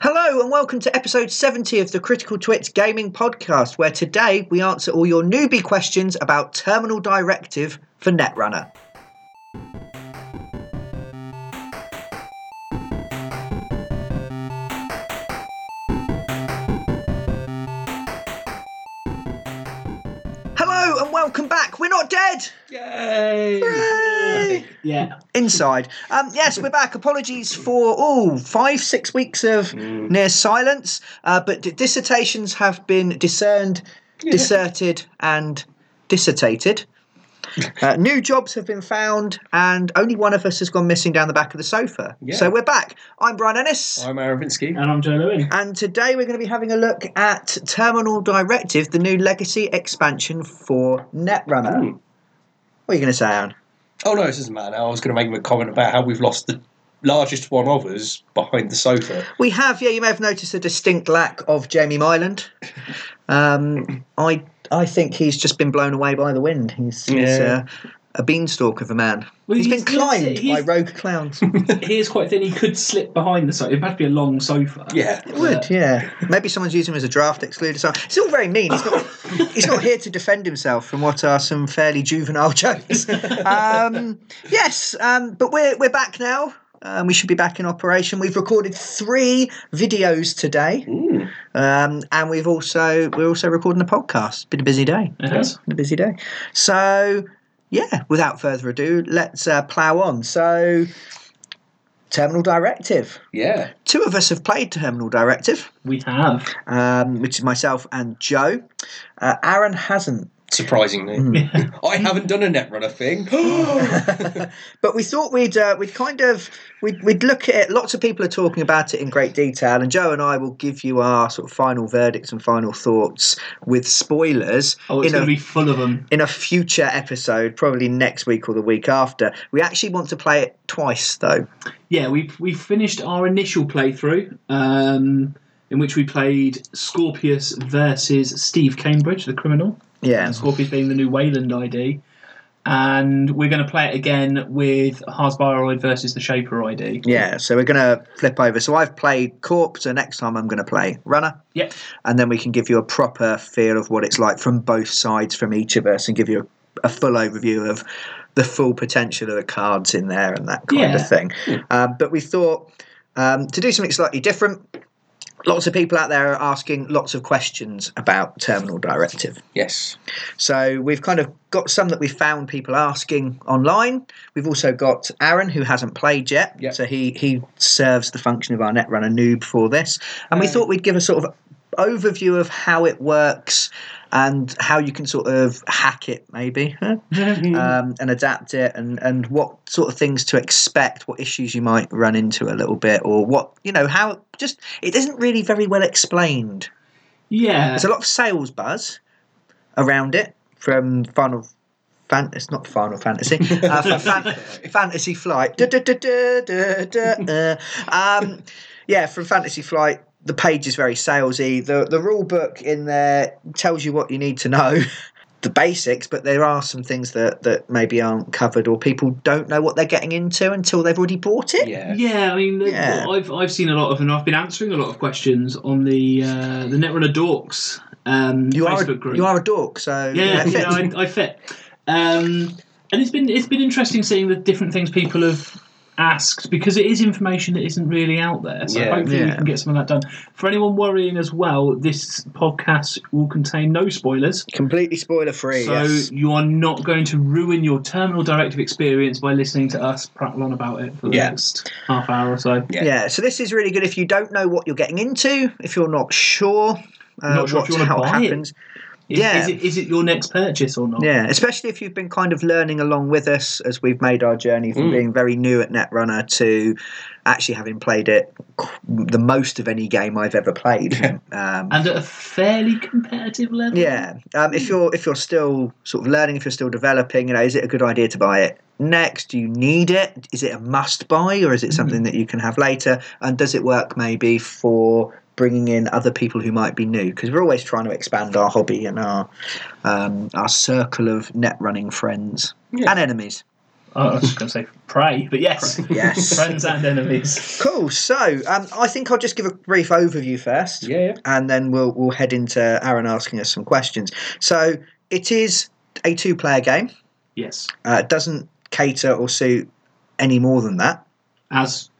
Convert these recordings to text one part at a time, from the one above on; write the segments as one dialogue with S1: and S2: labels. S1: Hello, and welcome to episode 70 of the Critical Twits Gaming Podcast, where today we answer all your newbie questions about Terminal Directive for Netrunner. Hello, and welcome back. We're not dead!
S2: Yay!
S1: Hooray!
S3: Yeah.
S1: inside. Um, yes, we're back. Apologies for oh five six weeks of
S2: Mm.
S1: near silence, uh, but d- dissertations have been discerned, disserted, and dissertated. Uh, new jobs have been found, and only one of us has gone missing down the back of the sofa.
S2: Yeah.
S1: So we're back. I'm Brian Ennis.
S2: I'm Aaron Vinsky.
S3: And I'm Joe Lewin.
S1: And today we're going to be having a look at Terminal Directive, the new legacy expansion for Netrunner.
S2: Ooh.
S1: What are you going to say, Aaron?
S2: Oh no, this doesn't matter. Now. I was going to make him a comment about how we've lost the largest one of us behind the sofa.
S1: We have, yeah. You may have noticed a distinct lack of Jamie Myland. Um, I I think he's just been blown away by the wind. He's, he's
S2: Yeah.
S1: uh, a beanstalk of a man.
S3: Well,
S1: he's
S3: he's-
S1: been climbed
S3: he's-
S1: by rogue clowns.
S3: He is quite thin. He could slip behind the sofa. It'd have to be a long sofa.
S2: Yeah.
S3: But-
S1: Would yeah. Maybe someone's using him as a draft excluder. So it's all very mean. He's not he's not here to defend himself from what are some fairly juvenile jokes. Um, yes, um, but we're we're back now. Um, we should be back in operation. We've recorded three videos today.
S2: Ooh.
S1: Um, and we've also we're also recording a podcast. Been a busy day.
S3: It has.
S1: Been a busy day. So yeah, without further ado, let's uh, plow on. So Terminal Directive.
S2: Yeah.
S1: Two of us have played Terminal Directive,
S3: We have.
S1: um, which is myself and Joe. Uh, Aaron hasn't,
S2: Surprisingly, I haven't done a Netrunner thing.
S1: but we thought we'd uh, we'd kind of we'd we'd look at it. Lots of people are talking about it in great detail, and Joe and I will give you our sort of final verdicts and final thoughts with spoilers.
S3: Oh, it's
S1: in a-
S3: going to be full of them.
S1: in a future episode, probably next week or the week after. We actually want to play it twice, though.
S3: Yeah, we we finished our initial playthrough, um, in which we played Scorpius versus Steve Cambridge, the criminal.
S1: Yeah.
S3: Scorpius being the new Wayland ID. And we're going to play it again with Hasbiroid versus the Shaper ID.
S1: Yeah, so we're going to flip over. So I've played Corp, so next time I'm going to play Runner,
S3: Yep.
S1: and then we can give you a proper feel of what it's like from both sides, from each of us, and give you a, a full overview of the full potential of the cards in there and that kind
S3: Yeah.
S1: of thing. Uh, but we thought um, to do something slightly different. Lots of people out there are asking lots of questions about Terminal Directive.
S2: yes.
S1: So we've kind of got some that we found people asking online. We've also got Aaron who hasn't played yet,
S2: Yep.
S1: so he he serves the function of our netrunner noob for this. And we thought we'd give a sort of overview of how it works and how you can sort of hack it maybe huh? um, and adapt it and, and what sort of things to expect what issues you might run into a little bit or what you know how just it isn't really very well explained
S3: Yeah.
S1: there's a lot of sales buzz around it from Final Fantasy. It's not Final Fantasy. Uh, fa- fan- Fantasy Flight. Du- du- du- du- du- du- uh. Um, yeah, from Fantasy Flight. The page is very salesy. The the rule book in there tells you what you need to know, the basics. But there are some things that that maybe aren't covered or people don't know what they're getting into until they've already bought it.
S2: Yeah.
S3: Yeah, I mean,
S1: Yeah.
S3: I've I've seen a lot of, and I've been answering a lot of questions on the uh, the Netrunner Dorks um,
S1: You are
S3: Facebook
S1: a,
S3: group.
S1: you are a dork, so
S3: yeah,
S1: that
S3: you know,
S1: fits.
S3: I, I fit. Um, and it's been it's been interesting seeing the different things people have asked because it is information that isn't really out there. So
S2: Yeah.
S3: hopefully we
S1: Yeah.
S3: can get some of that done. For anyone worrying as well, this podcast will contain no spoilers.
S1: completely spoiler free.
S3: So
S1: yes.
S3: you are not going to ruin your terminal directive experience by listening to us prattle on about it for the
S2: Yeah.
S3: next half hour or so.
S2: Yeah.
S1: Yeah, so this is really good if you don't know what you're getting into, if you're not sure, uh,
S3: Not sure if
S1: what-
S3: you wanna
S1: how it
S3: buy it.
S1: happens.
S3: Is,
S1: Yeah.
S3: is, it, is it your next purchase or not?
S1: Yeah, especially if you've been kind of learning along with us as we've made our journey from
S2: Mm.
S1: being very new at Netrunner to actually having played it qu- the most of any game I've ever played. Um,
S3: And at a fairly competitive level.
S1: yeah, um,
S2: Hmm.
S1: if you're if you're still sort of learning, if you're still developing, you know, is it a good idea to buy it next? Do you need it? Is it a must buy, or is it something
S2: Hmm.
S1: that you can have later? And does it work maybe for bringing in other people who might be new? Because we're always trying to expand our hobby and our um, our circle of net running friends
S2: Yeah.
S1: and enemies.
S3: Oh, I was just going to say pray, but yes,
S1: Yes.
S3: friends and enemies.
S1: Cool. So um, I think I'll just give a brief overview first.
S2: Yeah, yeah.
S1: and then we'll we'll head into Aaron asking us some questions. So it is a two-player game.
S3: Yes,
S1: Uh, it doesn't cater or suit any more than that.
S3: as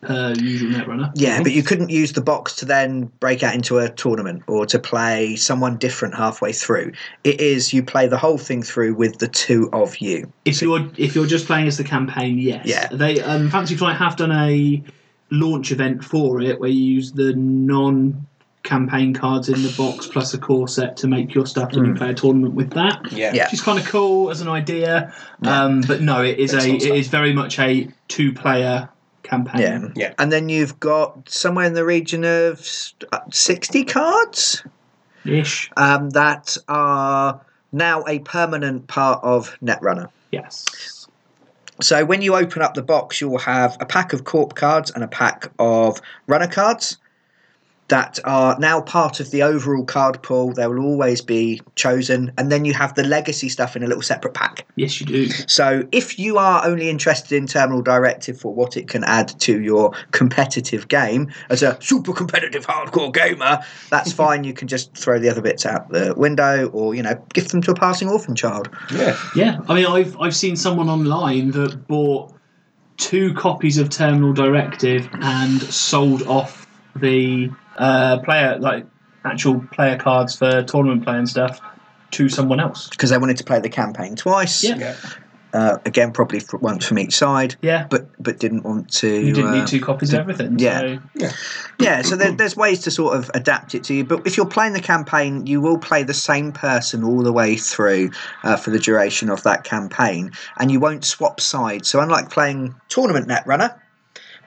S3: per usual Netrunner.
S1: Yeah, but you couldn't use the box to then break out into a tournament or to play someone different halfway through. It is you play the whole thing through with the two of you.
S3: If you're if you're just playing as the campaign, yes.
S1: Yeah.
S3: They um, Fancy Flight have done a launch event for it where you use the non campaign cards in the box plus a core set to make your stuff and you
S1: Hmm.
S3: play a tournament with that.
S2: Yeah.
S1: Yeah.
S3: Which is kind of cool as an idea. Um, but no, it is
S2: That's
S3: a
S2: not
S3: it
S2: stuff.
S3: is very much a two player campaign.
S1: Yeah.
S2: Yeah.
S1: And then you've got somewhere in the region of s- uh, 60 cards
S3: Ish.
S1: um, that are now a permanent part of Netrunner.
S3: Yes.
S1: So when you open up the box, you'll have a pack of corp cards and a pack of runner cards that are now part of the overall card pool. They will always be chosen, and then you have the legacy stuff in a little separate pack.
S3: Yes, you do.
S1: So if you are only interested in Terminal Directive for what it can add to your competitive game as a super competitive hardcore gamer, that's fine. You can just throw the other bits out the window, or you know, give them to a passing orphan child.
S2: Yeah.
S3: Yeah, I mean, I've I've seen someone online that bought two copies of Terminal Directive and sold off the uh, player like actual player cards for tournament play and stuff to someone else.
S1: Because they wanted to play the campaign twice.
S3: Yeah.
S2: Yeah.
S1: uh, again probably for, once from each side
S3: Yeah,
S1: but but didn't want to
S3: you didn't
S1: uh,
S3: need two copies of everything.
S1: yeah.
S3: so-
S1: yeah so there, there's ways to sort of adapt it to you but if you're playing the campaign you will play the same person all the way through uh, for the duration of that campaign and you won't swap sides so unlike playing tournament netrunner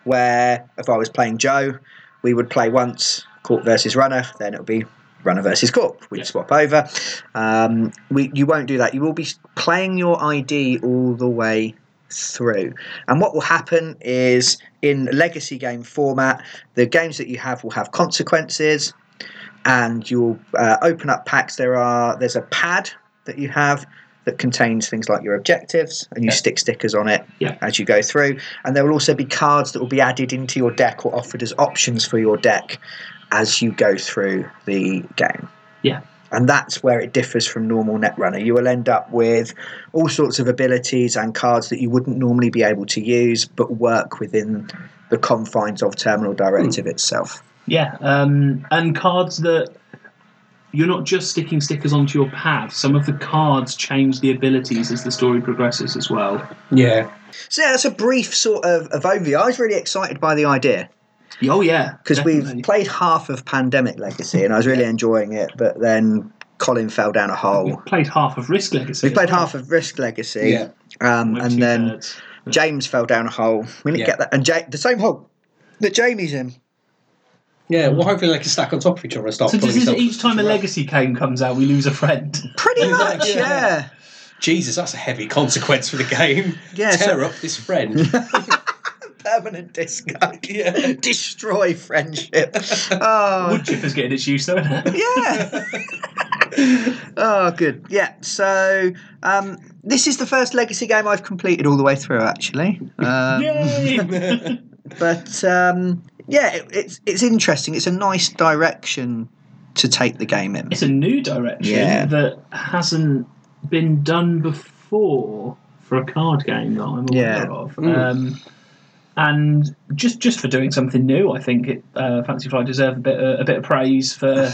S1: where if i was playing joe we would play once court versus runner then it'll be runner versus corp we'd
S3: Yeah.
S1: swap over um, we, you won't do that you will be playing your id all the way through and what will happen is in legacy game format the games that you have will have consequences and you'll uh, open up packs there are there's a pad that you have that contains things like your objectives and you
S2: Yeah.
S1: stick stickers on it
S3: Yeah.
S1: as you go through and there will also be cards that will be added into your deck or offered as options for your deck as you go through the game
S3: Yeah.
S1: and that's where it differs from normal netrunner you will end up with all sorts of abilities and cards that you wouldn't normally be able to use but work within the confines of terminal directive itself
S3: Yeah, um, and cards that you're not just sticking stickers onto your pad. Some of the cards change the abilities as the story progresses as well.
S2: Yeah.
S1: so yeah that's a brief sort of, of overview i was really excited by the idea
S3: Oh yeah,
S1: because we've
S3: definitely.
S1: played half of pandemic legacy and i was really enjoying it but then colin fell down a hole
S3: We've played half of Risk Legacy. uh,
S1: we
S3: as
S1: played
S3: well.
S1: half of risk legacy
S2: Yeah.
S1: um,
S3: We're
S1: and then
S3: two-thirds.
S1: james fell down a hole we didn't
S2: Yeah.
S1: get that and ja- the same hole that jamie's in
S2: Yeah. Well, hopefully they can stack on top of each other and start
S3: So
S2: pulling
S3: does this,
S2: yourself-
S3: each time a legacy game comes out, we lose a friend.
S1: pretty
S2: Exactly,
S1: much
S2: yeah.
S1: yeah.
S2: Jesus, that's a heavy consequence for the game.
S1: Yeah, so-
S2: Tear up this friend.
S1: permanent discard.
S2: Yeah.
S1: Destroy friendship. Oh,
S3: Wood chipper's getting its use though, isn't it?
S1: yeah. oh, good. Yeah. So um, this is the first legacy game I've completed all the way through, actually. Um,
S3: Yay!
S1: But um, yeah, it, it's it's interesting. It's a nice direction to take the game in.
S3: it's a new direction
S1: Yeah.
S3: that hasn't been done before for a card game that I'm
S1: Yeah.
S3: aware of.
S2: Mm.
S3: Um, and just just for doing something new, I think it, uh, Fancy Fly deserve a bit of, a bit of praise for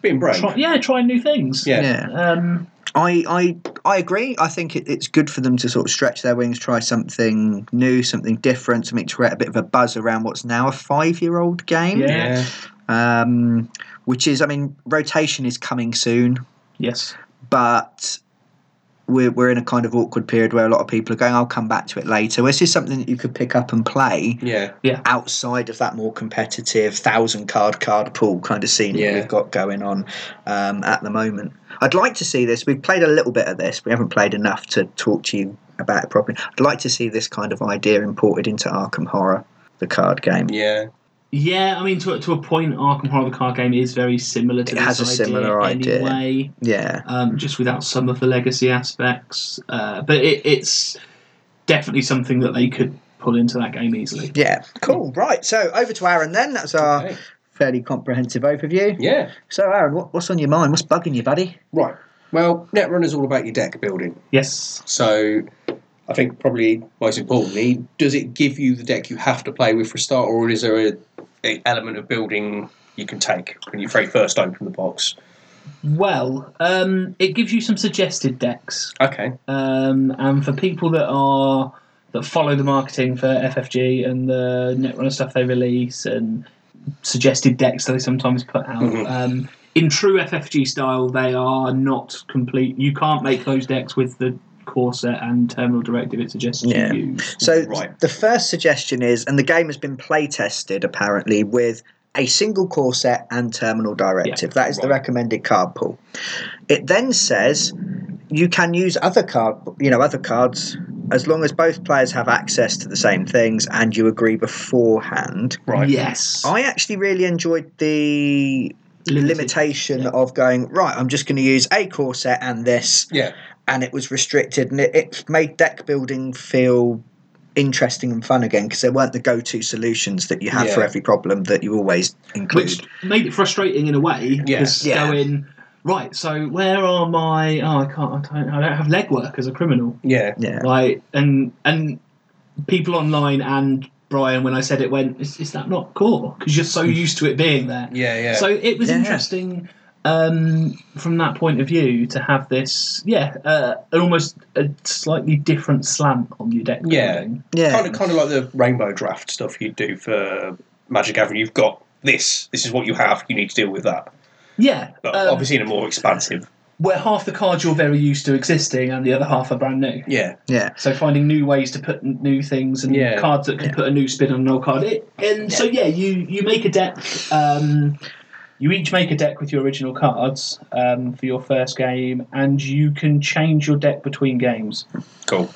S2: Being brave.
S3: try, yeah trying new things.
S2: Yeah.
S1: Yeah.
S3: Um,
S1: I, I I agree. I think it, it's good for them to sort of stretch their wings, try something new, something different, to make to create a bit of a buzz around what's now a five-year-old game.
S3: Yeah.
S2: Yeah.
S1: um, which is, I mean, rotation is coming soon,
S3: yes.
S1: but we're, we're in a kind of awkward period where a lot of people are going, I'll come back to it later. This is something that you could pick up and play
S2: Yeah.
S1: outside of that more competitive thousand card card pool kind of scene
S2: Yeah.
S1: that we've got going on um, at the moment. I'd like to see this. We've played a little bit of this. We haven't played enough to talk to you about it properly. I'd like to see this kind of idea imported into Arkham Horror, the card game.
S2: Yeah.
S3: Yeah, I mean, to, to a point, Arkham Horror the Card Game is very similar to
S1: It
S3: this
S1: has a similar idea.
S3: anyway.
S1: Yeah.
S3: um, just without some of the legacy aspects. Uh, but it, it's definitely something that they could pull into that game easily.
S1: Yeah, cool. Right, so over to Aaron then. That's our
S2: Okay.
S1: fairly comprehensive overview.
S2: Yeah.
S1: So, Aaron, what, what's on your mind? What's bugging you, buddy?
S2: Right. Well, Netrunner's all about your deck building.
S3: Yes.
S2: So I think probably most importantly, does it give you the deck you have to play with for a start, or is there a, a element of building you can take when you very first open the box?
S3: Well, um, it gives you some suggested decks,
S2: Okay.
S3: um, and for people that are that follow the marketing for FFG and the Netrunner stuff they release and suggested decks that they sometimes put out.
S2: Mhm.
S3: Um, in true FFG style, they are not complete. You can't make those decks with the core set and terminal directive it suggests
S1: Yeah.
S3: you use.
S1: So,
S2: Right.
S1: the first suggestion is, and the game has been play tested apparently with a single core set and terminal directive. that is the
S2: right.
S1: recommended card pool. It then says you can use other card, you know, other cards as long as both players have access to the same things and you agree beforehand.
S2: Right.
S3: Yes.
S1: I actually really enjoyed the
S3: Limited.
S1: limitation of going right. I'm just going to use a core set and this,
S2: Yeah.
S1: and it was restricted, and it, it made deck building feel interesting and fun again because there weren't the go-to solutions that you had for
S2: Yeah.
S1: every problem that you always include.
S3: which made it frustrating in a way
S2: Yeah.
S3: because
S1: Yeah.
S3: going right so where are my oh i can't i don't, I don't have legwork as a criminal
S2: Yeah.
S1: yeah,
S3: like and and people online and brian when i said it went is, is that not core because you're so used to it being there
S2: Yeah. Yeah.
S3: so it was
S1: Yeah.
S3: interesting um, from that point of view to have this, yeah, uh, an almost a slightly different slant on your deck.
S2: Yeah.
S3: building.
S1: yeah,
S2: kind of kind of like the rainbow draft stuff you do for Magic Gathering. You've got this. This is what you have. You need to deal with that.
S3: yeah.
S2: But
S3: um,
S2: obviously in a more expansive.
S3: where half the cards you're very used to existing and the other half are brand new.
S2: Yeah.
S1: yeah.
S3: So finding new ways to put n- new things and
S2: Yeah.
S3: cards that can put a new spin on an old card. It, and so yeah, you you make a deck. Um, you each make a deck with your original cards um, for your first game, and you can change your deck between games.
S2: Cool.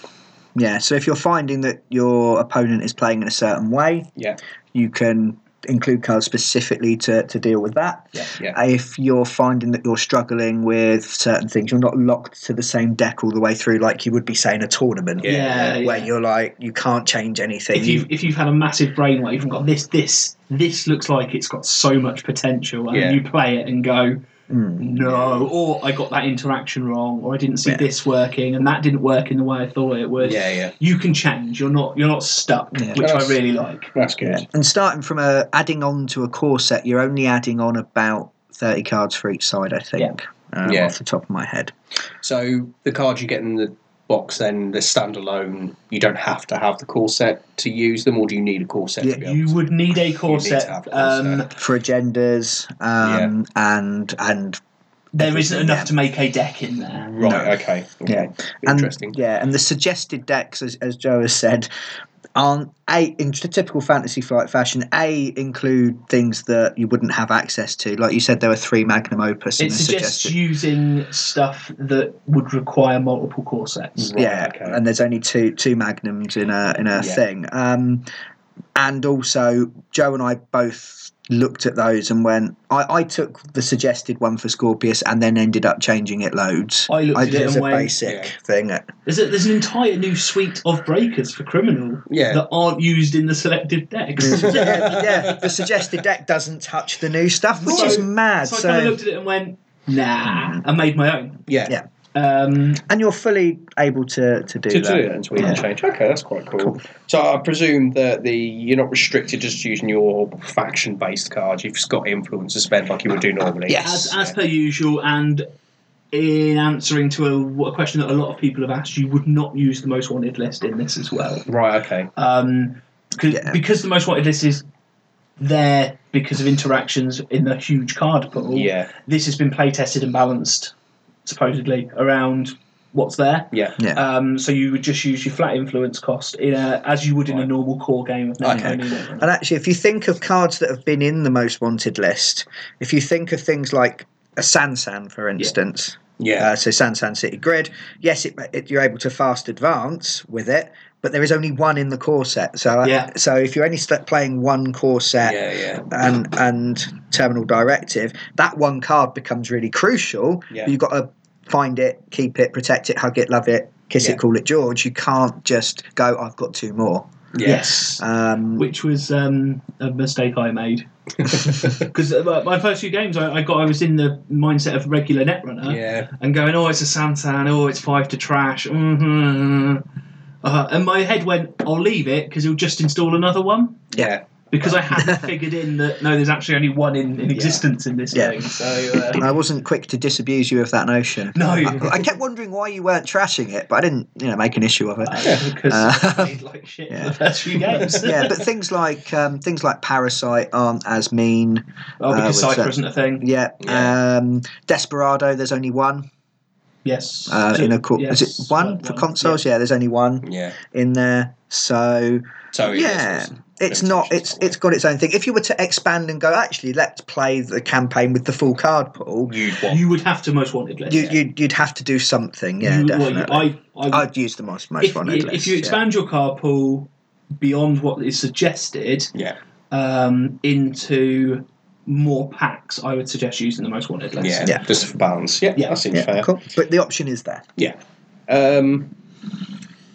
S1: Yeah, so if you're finding that your opponent is playing in a certain way,
S2: Yeah.
S1: you can include cards specifically to, to deal with that.
S3: Yeah,
S2: yeah.
S1: If you're finding that you're struggling with certain things, you're not locked to the same deck all the way through, like you would be, say, in a tournament.
S2: Yeah.
S1: Where you're like, you can't change anything.
S3: if you've if you've had a massive brainwave and got this this this looks like it's got so much potential, and
S2: Yeah.
S3: you play it and go
S1: Mm.
S3: no, or I got that interaction wrong, or I didn't see
S1: Yeah.
S3: this working, and that didn't work in the way I thought it would.
S2: Yeah. Yeah.
S3: you can change. You're not you're not stuck,
S1: Yeah.
S3: which I
S2: That's-
S3: really like.
S2: That's
S1: Yeah.
S2: good.
S1: And starting from a adding on to a core set, you're only adding on about 30 cards for each side, I think, um,
S2: Yeah.
S1: off the top of my head.
S2: So the cards you get in the box, then they're standalone. You don't have to have the core set to use them, or do you need a core set?
S1: Yeah,
S2: to be able
S3: You
S2: to?
S3: would need a core
S2: need to
S3: set.
S2: have a core
S3: um,
S2: set.
S1: For agendas um, and and
S3: There isn't
S1: Everything,
S3: enough
S1: yeah.
S3: to make a deck in there.
S2: Right.
S1: No.
S2: Okay. Okay.
S1: Yeah. And-
S2: Interesting.
S1: yeah, and the suggested decks, as, as Joe has said, aren't a in t- typical fantasy flight fashion. A include things that you wouldn't have access to, like you said, there were three magnum opus. in
S3: It
S1: the
S3: suggests
S1: suggested.
S3: using stuff that would require multiple core sets.
S2: Right,
S1: yeah,
S2: okay.
S1: and there's only two two magnums in a in a
S2: Yeah.
S1: thing. Um, and also, Joe and I both looked at those and went. I, I took the suggested one for Scorpius and then ended up changing it loads.
S3: I looked at
S1: did
S3: it
S1: as
S3: and
S1: a
S3: went-
S1: basic
S2: Yeah.
S1: thing.
S3: There's, a, there's an entire new suite of breakers for criminal
S2: Yeah.
S3: that aren't used in the selected decks.
S1: yeah, yeah, the suggested deck doesn't touch the new stuff, which
S3: So-
S1: is mad.
S3: so
S1: So,
S3: I kind of looked at it and went, nah, and made my own.
S2: yeah.
S1: yeah.
S3: Um,
S1: and you're fully able to to do
S2: To
S1: that.
S2: do it until you
S1: Yeah.
S2: change. Okay, that's quite cool. So I presume that the you're not restricted just to using your faction based cards. You've just got influence to spend like you would do normally.
S1: Yes.
S3: as, as per usual, and in answering to a, a question that a lot of people have asked, you would not use the most wanted list in this as well.
S2: Right. Okay.
S3: Um, 'cause-
S1: Yeah.
S3: Because the most wanted list is there because of interactions in the huge card pool.
S2: Yeah.
S3: This has been play tested and balanced, supposedly, around what's there.
S2: Yeah.
S1: Yeah.
S3: Um, so you would just use your flat influence cost in a, as you would in a
S2: Right.
S3: normal core game of
S2: Okay,
S3: Necromania.
S1: And actually, if you think of cards that have been in the most wanted list, if you think of things like a Sansan, for instance,
S2: Yeah.
S1: uh, so Sansan City Grid, yes, it, it, you're able to fast advance with it, but there is only one in the core set. So, uh,
S3: Yeah.
S1: so if you're only st- playing one core set
S2: yeah. Yeah.
S1: and and terminal directive, that one card becomes really crucial.
S2: Yeah.
S1: But You've got to find it, keep it, protect it, hug it, love it, kiss
S2: Yeah.
S1: it, call it George. You can't just go. I've got two more.
S2: Yes.
S1: Um,
S3: which was um, a mistake I made. Because uh, my first few games, I, I got I was in the mindset of regular netrunner
S2: yeah.
S3: and going, oh, it's a Santan, oh, it's five to trash, hmm uh, and my head went, I'll leave it because he'll just install another one
S2: Yeah.
S3: because I hadn't figured in that no, there's actually only one in, in existence in this
S1: Yeah.
S3: thing. So uh,
S1: I wasn't quick to disabuse you of that notion.
S3: No.
S1: I, I kept wondering why you weren't trashing it, but I didn't, you know, make an issue of it.
S3: because I
S1: Uh,
S3: played like shit
S1: yeah.
S3: the first few games.
S1: yeah, but things like um, things like Parasite aren't as mean.
S3: oh, because
S1: uh, with
S3: Cypher
S1: that-
S3: isn't a thing.
S1: Yeah,
S2: Yeah.
S1: Um, Desperado. There's only one
S3: Yes.
S1: uh, in a. Co- is
S3: yes,
S1: it one
S3: uh,
S1: for consoles? Yeah. there's only one
S2: Yeah.
S1: in there. So
S3: Oh,
S2: So it is
S1: Yeah.
S2: awesome.
S1: it's not. It's it's got its own thing. If you were to expand and go, actually, let's play the campaign with the full card pool.
S2: You'd
S3: Yeah.
S2: want.
S3: You would have to most wanted list.
S1: You, you'd, you'd have to do something, yeah,
S3: You- well, you-
S1: definitely.
S3: I, I, would-
S1: I, would use the most most
S3: if,
S1: wanted
S3: if
S1: list,
S3: you
S1: yeah.
S3: expand your car pool beyond what is suggested
S2: Yeah.
S3: um, into more packs, I would suggest using the most wanted list.
S2: Yeah.
S1: Yeah.
S2: Just for balance. Yeah.
S3: Yeah.
S2: That seems
S1: yeah,
S2: fair.
S1: cool. But the option is there.
S2: Yeah. Um,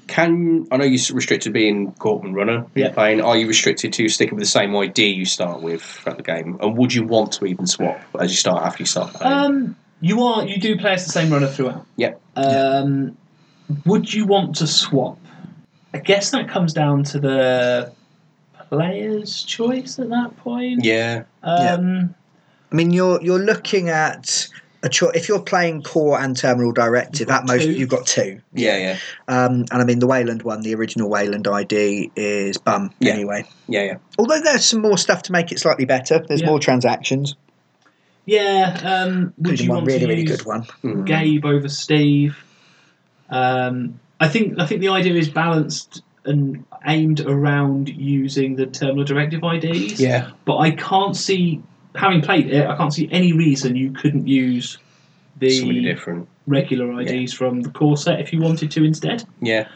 S2: can I know you're restricted being Cortman runner? in
S3: Yeah.
S2: Playing, are you restricted to sticking with the same ID you start with throughout the game? And would you want to even swap as you start after you start playing?
S3: Um, you are you do play as the same runner throughout.
S2: Yep.
S3: Um, Would you want to swap? I guess that comes down to the player's choice at that point.
S2: yeah.
S3: Um,
S1: I mean, you're you're looking at a cho- if you're playing core and terminal directive,
S3: got
S1: at most
S3: two.
S1: you you've got two.
S2: Yeah. Yeah.
S1: Um, and I mean, the Wayland one, the original Wayland ID, is bum
S2: Yeah.
S1: anyway.
S2: Yeah. Yeah.
S1: Although there's some more stuff to make it slightly better. There's
S3: Yeah.
S1: more transactions,
S3: yeah. Um, would
S1: including
S3: you
S1: one
S3: want
S1: really
S3: to
S1: really
S3: use
S1: good one.
S2: Hmm.
S3: Gabe over Steve. Um, I think I think the idea is balanced and aimed around using the terminal directive IDs.
S2: Yeah.
S3: But I can't see, having played it, I can't see any reason you couldn't use
S2: Somebody
S3: the
S2: different.
S3: regular IDs from the core set if you wanted to instead.
S2: Yeah.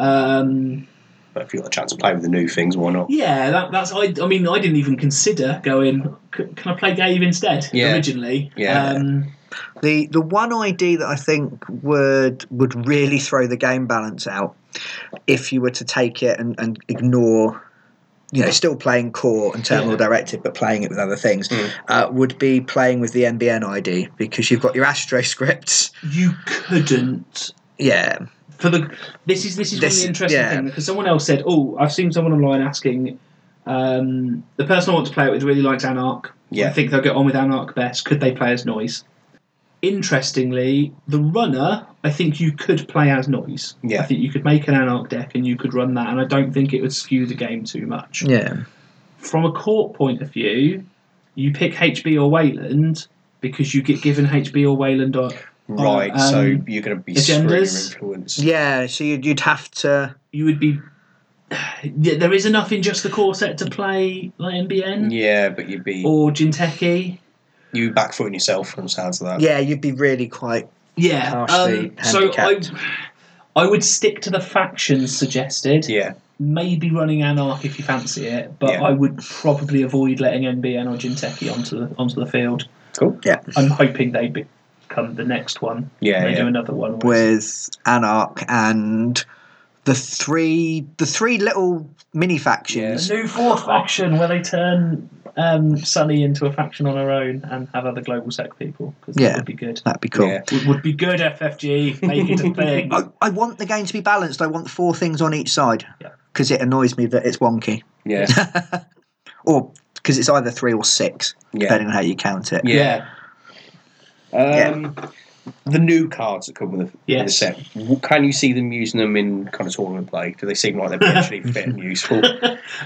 S3: Um,
S2: But if you got a chance to play with the new things, why not?
S3: yeah, that, that's. I, I mean, I didn't even consider going. "C- Can I play Gabe instead?
S2: Yeah.
S3: Originally.
S2: Yeah.
S3: Um,
S1: The the one ID that I think would would really throw the game balance out if you were to take it and, and ignore you know, still playing core and terminal
S3: Yeah.
S1: directive, but playing it with other things,
S2: Mm.
S1: uh, would be playing with the NBN ID because you've got your Astro scripts.
S3: you couldn't
S1: Yeah,
S3: for the this is this is
S1: This-
S3: really interesting
S1: yeah.
S3: thing because someone else said, "Oh, I've seen someone online asking um, the person I want to play it with really likes Anarch. I
S2: Yeah.
S3: think they'll get on with Anarch best. Could they play as Noise?" Interestingly, the runner, I think you could play as Noise.
S2: Yeah.
S3: I think you could make an Anarch deck and you could run that, and I don't think it would skew the game too much.
S1: yeah,
S3: From a court point of view, you pick HB or Wayland because you get given HB or Wayland uh, or
S2: Right. so
S3: um,
S2: you're going to be
S3: agendas?
S2: screwing your influence.
S1: yeah. So you'd, you'd have to.
S3: you would be yeah, there is enough in just the core set to play like MBN
S2: Yeah, but you'd be
S3: or Jinteki.
S2: you back footing yourself from the sounds of that.
S1: Yeah, you'd be really quite.
S3: Yeah.
S1: Partially
S3: um, so I,
S1: handicapped.
S3: I would stick to the factions suggested.
S2: Yeah.
S3: Maybe running Anarch if you fancy it, but
S2: Yeah.
S3: I would probably avoid letting NBN or Jinteki onto the onto the field.
S2: Cool.
S1: Yeah,
S3: I'm hoping they become the next one.
S2: Yeah.
S3: they do
S2: yeah.
S3: another one.
S1: with Anarch and the three, the three little mini factions.
S3: The new fourth faction where they turn um, Sunny into a faction on her own and have other global sec people because
S1: Yeah.
S3: that would be good.
S1: That'd be cool.
S2: Yeah.
S3: Would, would be good, FFG. Make E it a thing.
S1: I, I want the game to be balanced. I want four things on each side
S3: Yeah.
S1: because it annoys me that it's wonky,
S2: Yeah.
S1: or because it's either three or six,
S2: Yeah.
S1: depending on how you count it.
S2: Yeah. Um, The new cards that come with the, with the
S3: Yes.
S2: set, w- can you see them using them in kind of tournament play? Do they seem like they're potentially fit and useful?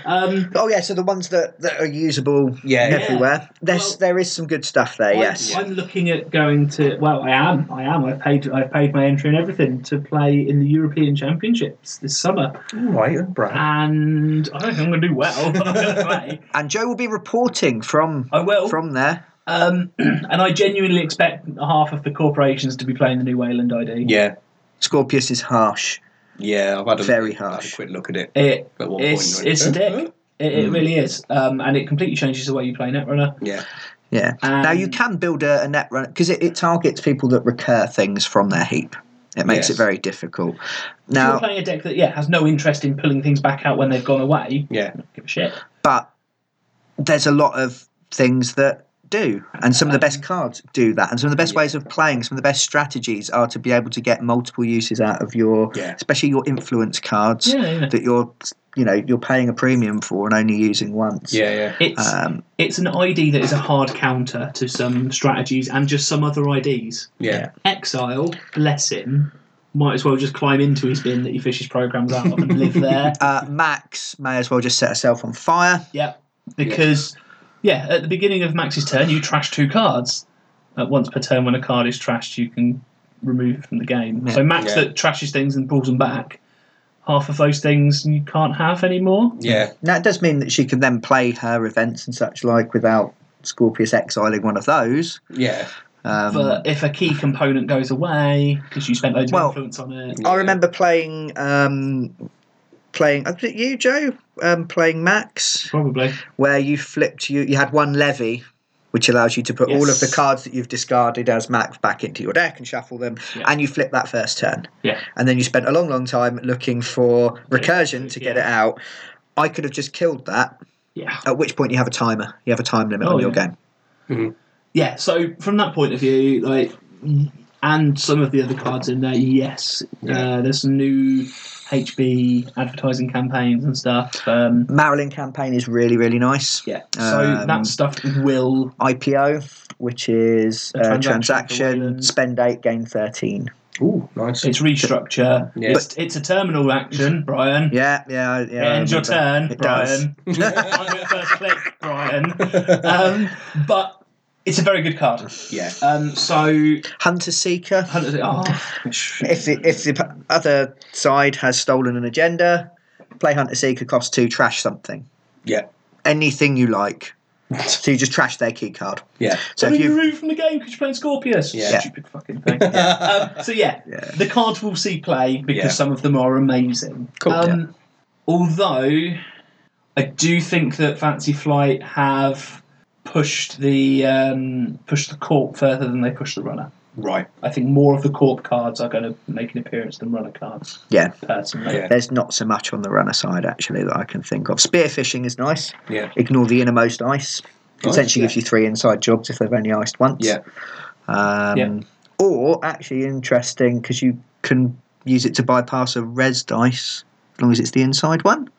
S3: Um,
S1: Oh yeah, so the ones that, that are usable
S2: Yeah, yeah.
S1: everywhere. There's
S3: Well-
S1: there is some good stuff
S2: Uh,
S1: there. yes.
S3: I'm, I'm looking at going to. Well, I am. I am. I've paid. I've paid my entry and everything to play in the European Championships this summer,
S2: Right, and Brad.
S3: Ah. and I don't think I'm going to do well. But I'm going to play.
S1: and Joe will be reporting from
S3: I
S2: Oh.
S3: will.
S1: from there.
S3: um, and I genuinely expect half of the corporations to be playing the new Wayland ID.
S2: Yeah,
S1: Scorpius is harsh.
S2: yeah. I've had a,
S1: Very
S2: I've had
S1: harsh.
S2: a quick look at it
S3: It,
S2: at one
S3: it's
S2: point. and I
S3: it's a
S2: went, "Huh?
S3: dick. It, it
S1: Mm.
S3: really is, um, and it completely changes the way you play Netrunner.
S2: Yeah,
S1: Yeah. now you
S3: Um,
S1: can build a, a net run because it, it targets people that recur things from their heap It makes
S2: Yes.
S1: it very difficult.
S3: If
S1: Now,
S3: you're playing a deck that yeah has no interest in pulling things back out when they've gone away,
S2: Yeah.
S3: don't give a shit.
S1: but there's a lot of things that do and some of the best cards do that and some of the best ways of playing some of the best strategies are to be able to get multiple uses out of your
S2: Yeah.
S1: especially your influence cards
S3: Yeah, yeah.
S1: that you're you know you're paying a premium for and only using once
S2: Yeah, yeah.
S3: It's
S1: um,
S3: it's an ID that is a hard counter to some strategies and just some other IDs.
S2: Yeah.
S3: Exile, bless him, might as well just climb into his bin that he fishes programs out of and live there.
S1: uh, max may as well just set herself on fire
S3: Yeah, because yeah, at the beginning of Max's turn, you trash two cards. Uh, once per turn, when a card is trashed, you can remove it from the game.
S1: Yeah.
S3: So Max
S2: Yeah.
S3: that trashes things and pulls them back. Half of those things you can't have anymore.
S2: Yeah.
S1: now it does mean that she can then play her events and such like without scorpius exiling one of those
S2: Yeah.
S1: um,
S3: but if a key component goes away because you spent loads
S1: Well-
S3: of influence on it,
S1: I remember playing um, playing was it you Joe um, playing Max
S3: probably.
S1: where you flipped you you had one levy which allows you to put all of the
S3: Yes.
S1: cards that you've discarded as Max back into your deck and shuffle them
S3: Yeah.
S1: and you flip that first turn
S3: Yeah.
S1: and then you spent a long long time looking for recursion to get
S3: yeah.
S1: it out I could have just killed that
S3: Yeah.
S1: at which point you have a timer you have a time limit
S3: Oh,
S1: on your
S3: yeah.
S1: game
S3: Yeah, so from that point of view, like, and some of the other cards in there, yes,
S2: Yeah.
S3: uh, there's some new HB advertising campaigns and stuff. Um,
S1: Marilyn campaign is really really nice
S3: yeah, so
S1: Um,
S3: that stuff will.
S1: IPO which is
S3: A
S1: uh,
S3: transaction for
S1: transaction
S3: Wayland.
S1: spend 8 gain 13
S2: Ooh, nice.
S3: It's restructure.
S2: Yeah.
S3: It's, it's a terminal action, Brian.
S1: Yeah, yeah, I- yeah. I
S3: End your
S1: remember.
S3: turn,
S1: It does.
S3: Brian. Time at first click, Brian. Um, but it's a very good card.
S2: yeah.
S3: Um, so
S1: Hunter Seeker.
S3: Hunter, oh,
S1: If the, if the p- other side has stolen an agenda, play Hunter Seeker costs two, trash something.
S2: Yeah.
S1: Anything you like. So you just trash their key card.
S2: Yeah.
S1: So
S3: So
S1: if
S3: you
S1: you
S3: removed from the game because you're playing Scorpius.
S2: Yeah.
S3: Stupid fucking thing. um, so yeah,
S1: Yeah.
S3: the cards will see play because
S2: Yeah.
S3: some of them are amazing.
S2: Cool.
S3: Um, Although I do think that Fancy Flight have pushed the um, pushed the corp further than they pushed the runner.
S2: Right.
S3: I think more of the corp cards are going to make an appearance than runner cards.
S1: Yeah.
S3: personally.
S2: Yeah.
S1: there's not so much on the runner side actually that I can think of. Spearfishing is nice.
S2: Yeah.
S1: Ignore the innermost ice.
S2: Nice,
S1: Essentially
S2: yeah.
S1: gives you three inside jobs if they've only iced once.
S2: Yeah.
S1: Um,
S3: Yeah.
S1: Or actually interesting because you can use it to bypass a res dice as long as it's the inside one.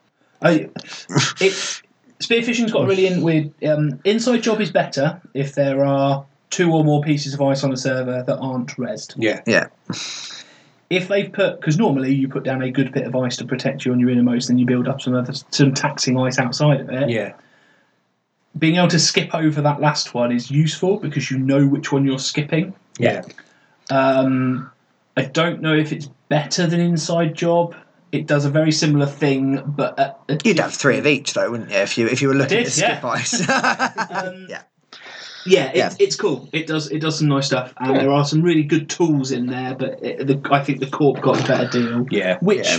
S3: Oh, yeah. it, spearfishing's got a really in, weird. Um, inside job is better if there are two or more pieces of ice on a server that aren't resed.
S2: Yeah.
S1: Yeah.
S3: If they've put, because normally you put down a good bit of ice to protect you on your innermost, and you build up some other some taxing ice outside of it.
S2: Yeah.
S3: Being able to skip over that last one is useful because you know which one you're skipping.
S2: Yeah.
S3: Um, I don't know if it's better than inside job. It does a very similar thing, but at a
S1: You'd have three of each, though, wouldn't you? If you if you were looking
S3: did,
S1: to skip
S3: yeah.
S1: ice.
S3: Um,
S1: yeah.
S3: yeah, it,
S1: Yeah.
S3: it's cool. It does it does some nice stuff, and there are some really good tools in there. But it, the, I think the corp got a better deal.
S2: Yeah.
S3: Which,
S1: Yeah.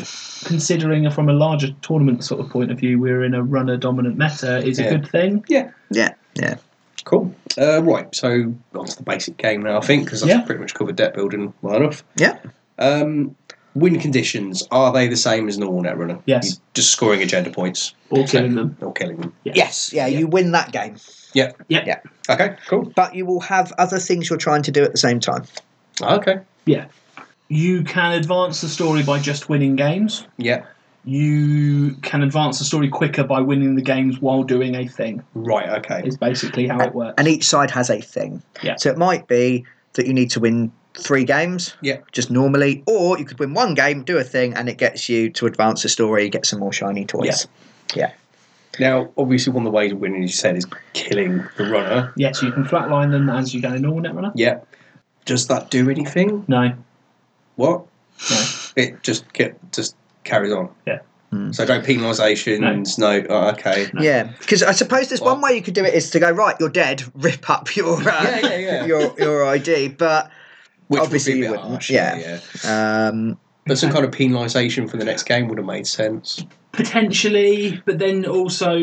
S3: considering from a larger tournament sort of point of view, we're in a runner dominant meta, is
S2: Yeah.
S3: a good thing.
S2: Yeah.
S1: Yeah. Yeah.
S2: Cool. Uh, right. So on to the basic game now, I think, because I've
S3: Yeah.
S2: pretty much covered deck building well enough.
S1: Yeah.
S2: Um, win conditions are they the same as normal Netrunner?
S3: Yes.
S2: You're just scoring agenda points
S3: Or killing them.
S2: or killing them.
S1: Yes. Yeah, You win that game,
S2: Yeah.
S3: Yep.
S1: Yeah.
S2: Okay. Cool.
S1: but you will have other things you're trying to do at the same time.
S2: Okay.
S3: Yeah. You can advance the story by just winning games.
S2: Yeah.
S3: You can advance the story quicker by winning the games while doing a thing.
S2: Right. Okay.
S3: Is basically how it works.
S1: And each side has a thing.
S3: Yeah.
S1: So it might be that you need to win three games
S2: Yeah.
S1: just normally, or you could win one game, do a thing, and it gets you to advance the story, get some more shiny toys. Yeah.
S2: Now, obviously, one of the ways of winning, as you said, is killing the runner.
S3: Yes, you can flatline them as you go in normal netrunner.
S2: Yeah. Does that do anything?
S3: No,
S2: What?
S3: no.
S2: It just kept, just carries on.
S3: Yeah.
S1: Hmm.
S2: So no penalisations. No. Oh, okay.
S1: Yeah. Because I suppose there's one
S2: Well-
S1: way you could do it is to go right. You're dead. Rip up your uh,
S2: Yeah, yeah, yeah.
S1: your your ID, but
S2: Which
S1: Obviously
S2: would
S1: you
S2: be a bit
S1: wouldn't,
S2: harsh,
S1: yeah.
S2: yeah.
S1: um,
S2: But some kind of penalisation for the next game would have made sense.
S3: Potentially, but then also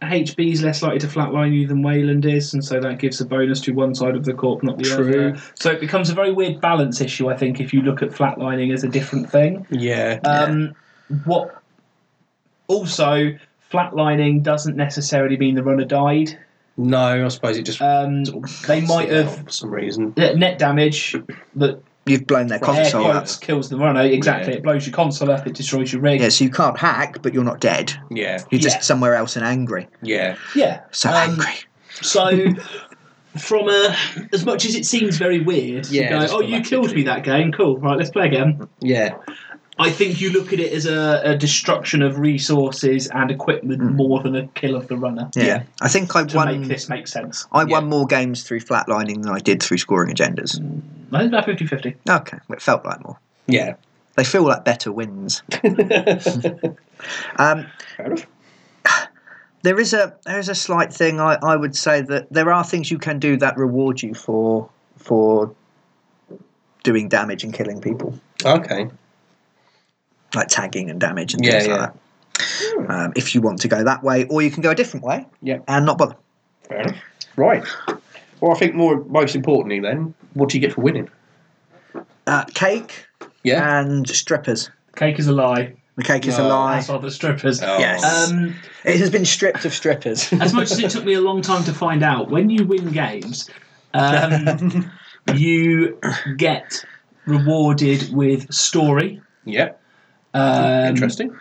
S3: HB is less likely to flatline you than Wayland is, and so that gives a bonus to one side of the corp, not the
S2: True.
S3: other. So it becomes a very weird balance issue, I think, if you look at flatlining as a different thing.
S2: Yeah.
S3: Um, What also flatlining doesn't necessarily mean the runner died.
S2: no, I suppose it just.
S3: Um,
S2: sort of
S3: they
S2: cuts
S3: might
S2: it out
S3: have-
S2: for some reason.
S3: yeah, net damage that
S1: You've blown their
S3: air
S1: console up.
S3: quotes kills the runner exactly.
S2: Yeah.
S3: It blows your console up. It destroys your rig.
S1: Yeah, so you can't hack, but you're not dead.
S2: Yeah,
S1: You're
S3: Yeah.
S1: just somewhere else and angry.
S2: yeah,
S3: Yeah.
S1: So
S3: Um,
S1: angry.
S3: So, from a, as much as it seems very weird,
S2: Yeah,
S3: to
S2: just
S3: go, oh,
S2: come
S3: you
S2: back
S3: killed
S2: to
S3: me
S2: it."
S3: that game. Cool. Right, let's play again.
S2: yeah,
S3: I think you look at it as a, a destruction of resources and equipment
S2: Hmm.
S3: more than a kill of the runner.
S1: Yeah.
S2: yeah.
S1: I think I
S3: To make
S1: won.
S3: this make sense.
S1: I
S2: yeah.
S1: won more games through flatlining than I did through scoring agendas.
S3: I think about 50 50.
S1: Okay, well, it felt like more.
S2: yeah.
S1: They feel like better wins. Um,
S2: Fair enough.
S1: there is a there is a slight thing I, I would say that there are things you can do that reward you for for doing damage and killing people
S2: Okay.
S1: like tagging and damage and
S2: Yeah,
S1: things
S2: yeah.
S1: like that um, if you want to go that way or you can go a different way
S2: Yep.
S1: and not bother
S2: Fair enough. Right. Well, I think more most importantly, then, what do you get for winning? Uh,
S1: uh, cake
S2: Yeah.
S1: and strippers
S3: Cake is a lie.
S1: the cake is a
S2: No.
S1: lie
S3: That's other strippers.
S2: Oh.
S1: Yes.
S3: Um,
S1: it has been stripped of strippers
S3: as much as it took me a long time to find out, when you win games, um, you get rewarded with story.
S2: Yep.
S3: Um,
S2: Interesting.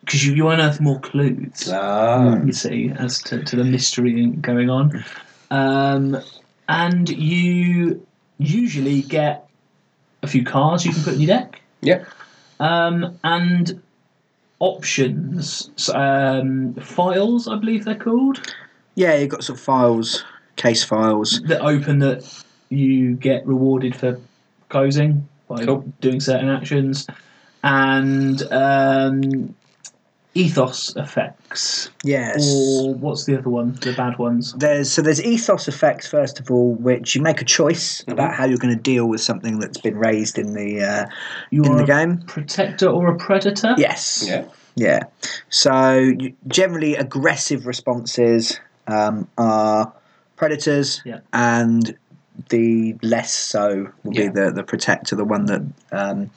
S3: because you, you unearth more clues,
S2: Ah.
S3: you see, as to, to the mystery going on. Um, and you usually get a few cards you can put in your deck
S2: Yep.
S3: um, and options, s- um, files, I believe they're called,
S1: yeah you've got some files case files
S3: that open that you get rewarded for closing by
S2: Cool.
S3: doing certain actions, and um, ethos effects.
S1: yes
S3: Or what's the other one? The bad ones.
S1: there's so there's ethos effects first of all, which you make a choice about how you're going to deal with something that's been raised in the uh,
S3: You
S1: in
S3: are
S1: the
S3: a
S1: game.
S3: protector or a predator.
S1: Yes.
S2: Yeah.
S1: Yeah. So you- generally, aggressive responses um, are predators,
S3: Yeah.
S1: and the less so will
S2: Yeah.
S1: be the the protector, the one that um,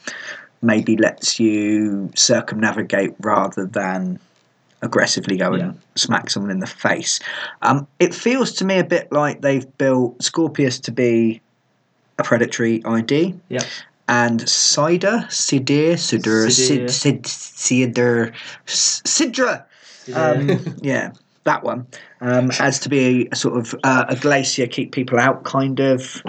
S1: maybe lets you circumnavigate rather than aggressively go
S3: Yeah.
S1: and smack someone in the face. Um, it feels to me a bit like they've built Scorpius to be a predatory ID
S3: Yeah.
S1: and Cider, Cider, Cider,
S3: Sidere.
S1: Sid, Sid, Cider, S- Sidra. Um, yeah, that one. Um, as to be a sort of uh, a glacier, keep people out kind of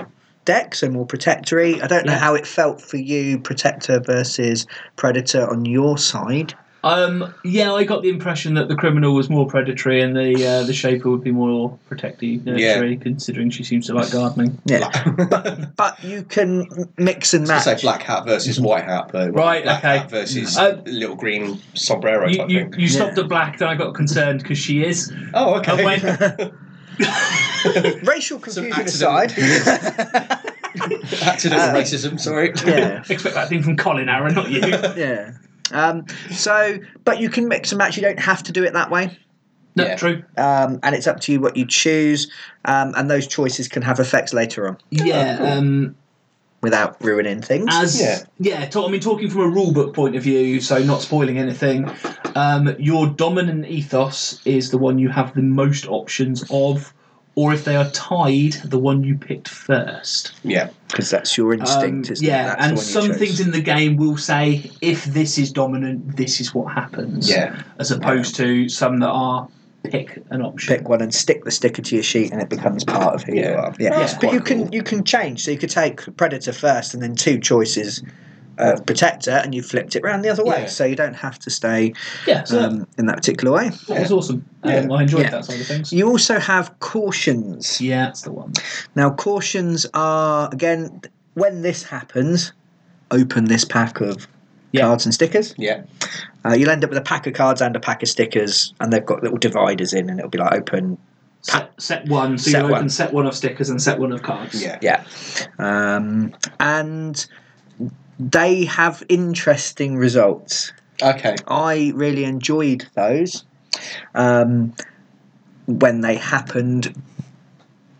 S1: deck, so more protectory. I don't know
S3: Yeah.
S1: how it felt for you, protector versus predator on your side.
S3: Um, yeah, I got the impression that the criminal was more predatory and the uh, the shaper would be more protective, nurturing, considering she seems to like gardening.
S1: Yeah,
S2: Black-
S1: but you can m- mix and
S2: to
S1: match.
S2: say black hat versus white hat, but
S3: Right,
S2: Black
S3: okay.
S2: hat versus
S3: Um,
S2: little green sombrero
S3: You,
S2: type
S3: you,
S2: thing.
S3: you stopped at black, then I got concerned because she is.
S2: Oh, okay.
S3: And
S1: Racial
S2: Some
S1: confusion aside.
S2: accident. Accidental racism. Sorry.
S1: yeah.
S3: Expect that thing from Colin, Aaron, not you.
S1: Yeah. Um, so, but you can mix and match. You don't have to do it that way.
S3: No,
S2: Yeah.
S3: true.
S1: um, and it's up to you what you choose, um, and those choices can have effects later on
S3: Yeah.
S2: cool.
S3: Um,
S1: without ruining things.
S3: as
S2: Yeah.
S3: yeah, to, I mean, talking from a rule book point of view, so not spoiling anything. Um, your dominant ethos is the one you have the most options of, or if they are tied, the one you picked first.
S2: Yeah.
S1: Because that's your instinct,
S3: Um,
S1: isn't it?
S3: yeah,
S1: That's the
S3: and
S1: one you
S3: some
S1: chose.
S3: things in the game will say if this is dominant, this is what happens.
S2: Yeah.
S3: as opposed to some that are pick an option.
S1: pick one and stick the sticker to your sheet, and it becomes part of who you
S2: Yeah.
S1: are. Yeah,
S2: That's
S1: but you
S2: quite cool.
S1: can you can change. So you could take predator first, and then two choices. Of protector, and you flipped it round the other way,
S2: Yeah.
S1: so you don't have to stay
S3: Yeah, so that-
S1: um, in that particular way.
S3: that was awesome. Um, I enjoyed
S1: Yeah.
S3: that side of things.
S1: You also have cautions.
S3: Yeah, that's the one.
S1: Now, cautions are again when this happens, open this pack of
S3: Yeah.
S1: cards and stickers.
S2: Yeah.
S1: Uh, you'll end up with a pack of cards and a pack of stickers, and they've got little dividers in, and it'll be like open.
S3: Set, set one, so
S1: Set
S3: you open
S1: one.
S3: set one of stickers and set one of cards.
S2: Yeah.
S1: Yeah. Um, and they have interesting results.
S2: Okay.
S1: I really enjoyed those um, when they happened.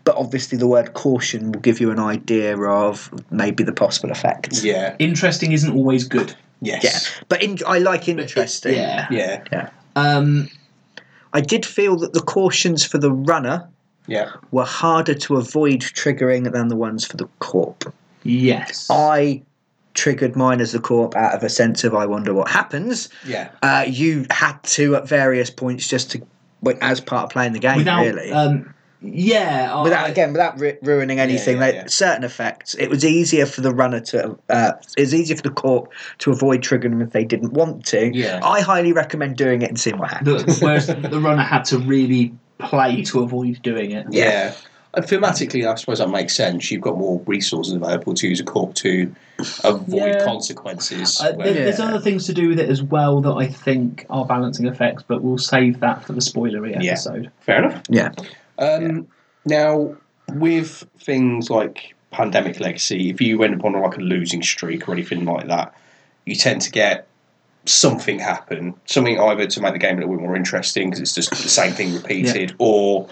S1: But obviously, the word caution will give you an idea of maybe the possible effects.
S2: Yeah.
S3: Interesting isn't always good.
S2: Yes.
S1: Yeah, but in, I like interesting.
S3: Yeah.
S2: Yeah.
S3: Um,
S1: I did feel that the cautions for the runner
S2: Yeah.
S1: were harder to avoid triggering than the ones for the corp.
S3: yes.
S1: I triggered mine as the corp out of a sense of I wonder what happens.
S2: Yeah.
S1: Uh, you had to at various points just to, but as part of playing the game,
S3: Without,
S1: really.
S3: um, yeah. I-
S1: without again, without ru- ruining anything,
S2: uh, yeah,
S1: like,
S2: yeah.
S1: certain effects. It was easier for the runner to, uh, it was easier for the corp to avoid triggering them if they didn't want to.
S2: Yeah.
S1: I highly recommend doing it and seeing what happens.
S3: the, whereas the runner had to really play to avoid doing it.
S2: Yeah. And thematically, I suppose that makes sense. You've got more resources available to use a corp to avoid
S3: Yeah.
S2: consequences.
S3: Uh, there,
S2: where-
S3: There's
S1: Yeah.
S3: other things to do with it as well that I think are balancing effects, but we'll save that for the spoilery
S2: Yeah.
S3: episode.
S2: Fair enough.
S1: Yeah.
S2: Um, Now, with things like Pandemic Legacy, if you went upon like a losing streak or anything like that, you tend to get something happen, something either to make the game a little bit more interesting because it's just the same thing repeated, or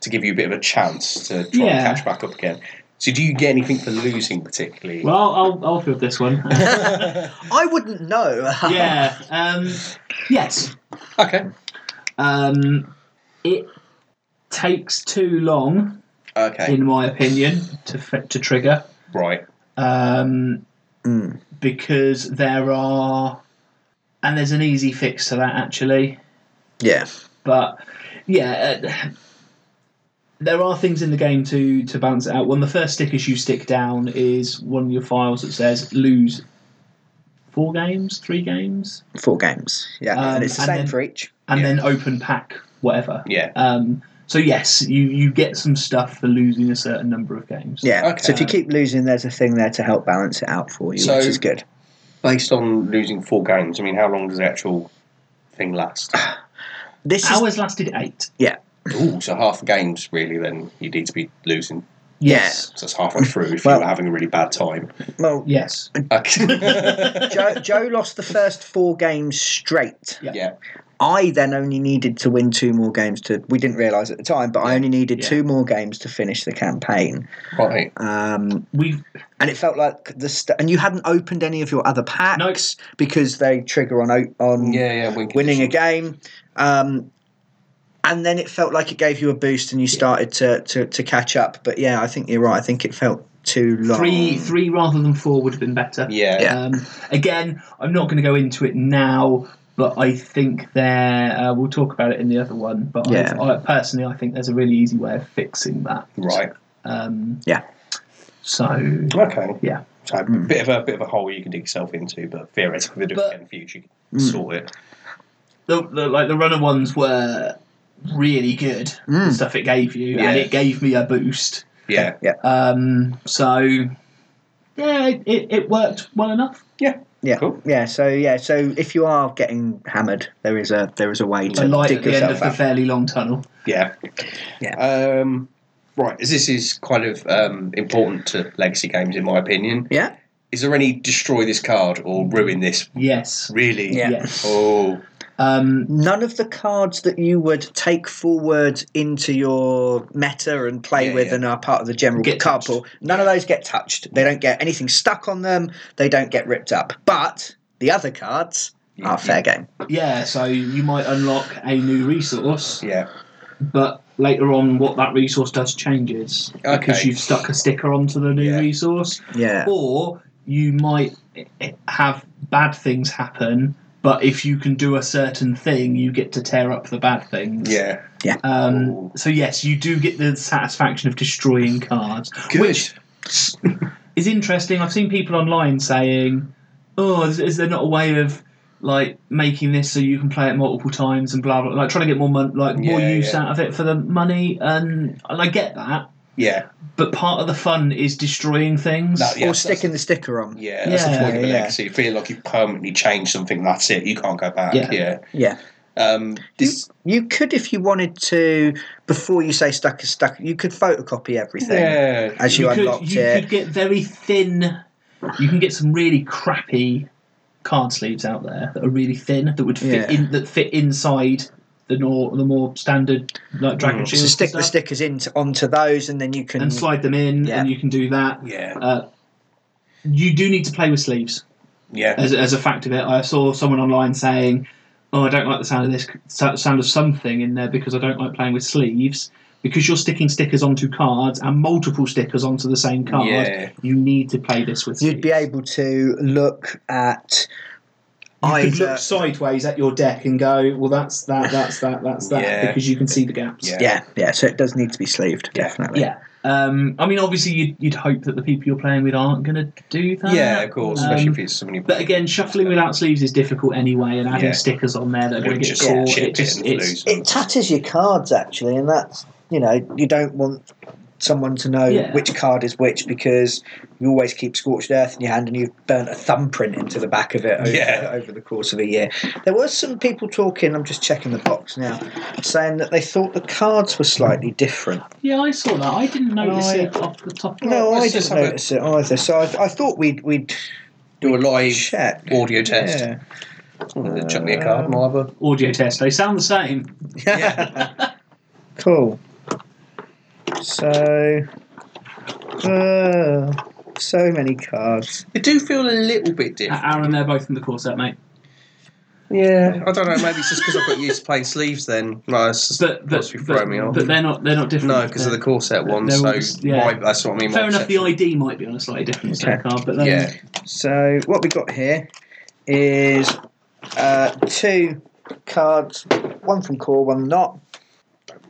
S2: to give you a bit of a chance to try
S3: Yeah.
S2: and catch back up again. So, do you get anything for losing particularly?
S3: Well, I'll, I'll, I'll field this one. Uh,
S1: I wouldn't know.
S3: yeah. Um, yes.
S2: okay.
S3: Um, it takes too long,
S2: Okay.
S3: in my opinion, to f- to trigger
S2: right.
S3: um,
S1: Mm.
S3: because there are, and there's an easy fix to that actually.
S1: Yeah.
S3: But yeah, uh, there are things in the game to to balance it out. One of the first stickers you stick down is one of your files that says lose four games, three games,
S1: Four games. Yeah.
S3: Um,
S1: and it's the
S3: and
S1: same
S3: then-
S1: for each.
S3: and
S2: Yeah.
S3: then open pack whatever.
S2: Yeah.
S3: Um, so yes, you you get some stuff for losing a certain number of games.
S1: Yeah.
S2: Okay.
S1: So if you keep losing, there's a thing there to help balance it out for you,
S2: So-
S1: which is good.
S2: Based on losing four games, I mean, how long does the actual thing last?
S1: This is
S3: Ours lasted eight.
S2: Ooh, so half the games really then you need to be losing.
S3: Yes.
S2: So it's halfway through if
S1: Well-
S2: you were having a really bad time.
S1: well.
S3: Yes.
S2: Okay.
S1: Joe, Joe lost the first four games straight.
S3: Yeah.
S2: yeah.
S1: I then only needed to win two more games to. We didn't realise at the time, but I only needed
S3: Yeah.
S1: two more games to finish the campaign.
S2: Right.
S1: Um,
S3: We've
S1: and it felt like the st- and you hadn't opened any of your other packs because they trigger on o- on
S2: Yeah, yeah. Win
S1: winning a
S2: condition.
S1: game. Um, and then it felt like it gave you a boost and you started to, to, to catch up. But yeah, I think you're right. I think it felt too long.
S3: three three rather than four would have been better.
S2: Yeah.
S1: Yeah.
S3: Um, again, I'm not going to go into it now, but I think there uh, we'll talk about it in the other one. But
S1: Yeah.
S3: I, I personally, I think there's a really easy way of fixing that.
S2: Right.
S3: Um,
S1: Yeah.
S3: So
S2: Okay.
S3: Yeah.
S2: So a
S1: Mm.
S2: bit of a bit of a hole you can dig yourself into, but theoretically if you do it
S3: But-
S2: again in the future you can
S1: Mm.
S2: sort it.
S3: the, the like the runner ones were really good.
S1: Mm.
S3: The stuff it gave you,
S2: Yeah.
S3: and it gave me a boost.
S2: Yeah.
S3: Um, so yeah, it, it worked well enough.
S1: Yeah,
S2: Cool.
S1: yeah. So yeah, so if you are getting hammered, there is a there is a way
S3: A
S1: to
S3: light
S1: dig
S3: at the end of
S1: yourself
S3: the
S1: out.
S3: fairly long tunnel.
S2: Yeah.
S1: Yeah.
S2: Um Right, as this is kind of um, important to legacy games, in my opinion,
S1: yeah,
S2: is there any destroy this card or ruin this?
S3: Yes.
S2: Really?
S1: Yeah.
S3: Yes.
S2: Oh,
S3: Um,
S1: none of the cards that you would take forward into your meta and play
S2: Yeah,
S1: with
S2: yeah.
S1: and are part of the general
S3: Get
S1: card
S3: touched.
S1: pool, none of those get touched. They don't get anything stuck on them. They don't get ripped up. But the other cards
S2: Yeah,
S1: are Ah, fair game.
S3: yeah, so you might unlock a new resource,
S2: yeah.
S3: but later on, what that resource does changes because
S2: Okay.
S3: you've stuck a sticker onto the new
S2: Yeah.
S3: resource,
S1: Yeah,
S3: or you might have bad things happen. But if you can do a certain thing, you get to tear up the bad things.
S2: Yeah. Ooh.
S3: Um, so yes, you do get the satisfaction of destroying cards, which is interesting. I've seen people online saying, "Oh, is, is there not a way of like making this so you can play it multiple times and blah blah?" Like trying to get more mon- like more
S2: Yeah,
S3: use
S2: yeah.
S3: out of it for the money, and, and I get that.
S2: Yeah.
S3: But part of the fun is destroying things.
S2: That-
S1: or
S2: yes, that's-
S1: sticking the sticker on.
S2: Yeah, that's the
S3: Yeah,
S2: point of a
S1: yeah.
S2: legacy. You feel like you permanently changed something. That's it. You can't go back.
S3: Yeah.
S2: Yeah.
S1: Yeah.
S2: Um, this.
S1: You could, if you wanted to, before you say stuck is stuck, you could photocopy everything
S2: Yeah.
S1: as you,
S3: could
S1: unlocked
S3: you
S1: it.
S3: could get very thin. You can get some really crappy card sleeves out there that are really thin that would fit
S1: Yeah.
S3: in that fit inside the more the more standard like dragon
S2: Mm.
S3: shields.
S1: So
S3: and
S1: stick the
S3: stuff,
S1: stickers into onto those, and then you can.
S3: and slide them in,
S1: Yeah.
S3: and you can do that.
S2: Yeah,
S3: Uh, you do need to play with sleeves
S2: yeah.
S3: as, as a fact of it. I saw someone online saying, "Oh, I don't like the sound of this so- sound of something in there because I don't like playing with sleeves." Because you're sticking stickers onto cards and multiple stickers onto the same card,
S2: Yeah.
S3: you need to play this with.
S1: You'd be
S3: sleeves.
S1: able to look at.
S3: You could
S1: either-
S3: look sideways at your deck and go, "Well, that's that, that's that, that's that,"
S2: Yeah.
S3: because you can see the gaps.
S2: Yeah.
S1: yeah, yeah. So it does need to be sleeved,
S2: Yeah.
S1: definitely.
S3: Yeah. Um, I mean, obviously, you'd, you'd hope that the people you're playing with aren't going to do that.
S2: Yeah, of course, especially
S3: Um,
S2: if it's somebody.
S3: But again, shuffling without sleeves is difficult anyway, and adding
S2: Yeah.
S3: stickers on there that are going
S2: would
S3: to get
S2: just
S3: caught.
S2: chip
S3: It just,
S2: it and
S3: it's,
S2: lose them.
S1: It tatters your cards actually, and that's you know you don't want someone to know
S3: Yeah.
S1: which card is which because you always keep scorched earth in your hand and you've burnt a thumbprint into the back of it over,
S2: Yeah.
S1: over the course of a year. There were some people talking. I'm just checking the box now, saying that they thought the cards were slightly different.
S3: yeah, I saw that. I didn't notice
S2: No, I-
S3: it off the top.
S1: No,
S2: let's
S1: I didn't
S2: just have a-
S1: notice it either. So I, I thought we'd we'd
S2: do a live
S1: check.
S2: audio test.
S1: Yeah.
S2: Uh, chuck me a card, and I'll have a
S3: Audio test. They sound the same.
S1: cool. So, uh, so many cards.
S2: They do feel a little bit different.
S3: Aaron, they're both in the corset, mate.
S1: Yeah.
S2: I don't know. Maybe it's just because I've got used to playing sleeves. Then no, it's just
S3: But but,
S2: must be throwing
S3: but,
S2: me off.
S3: but they're not. They're not different.
S2: no, because of the
S3: They're-
S2: corset one.
S3: they're all
S2: So
S3: just- yeah.
S2: my, that's what I mean. my
S3: Fair enough. The
S2: perception.
S3: ID might be on a slightly different
S1: Okay.
S3: set card, but then
S2: Yeah,
S1: So what we got here is uh, two cards, one from core, one not.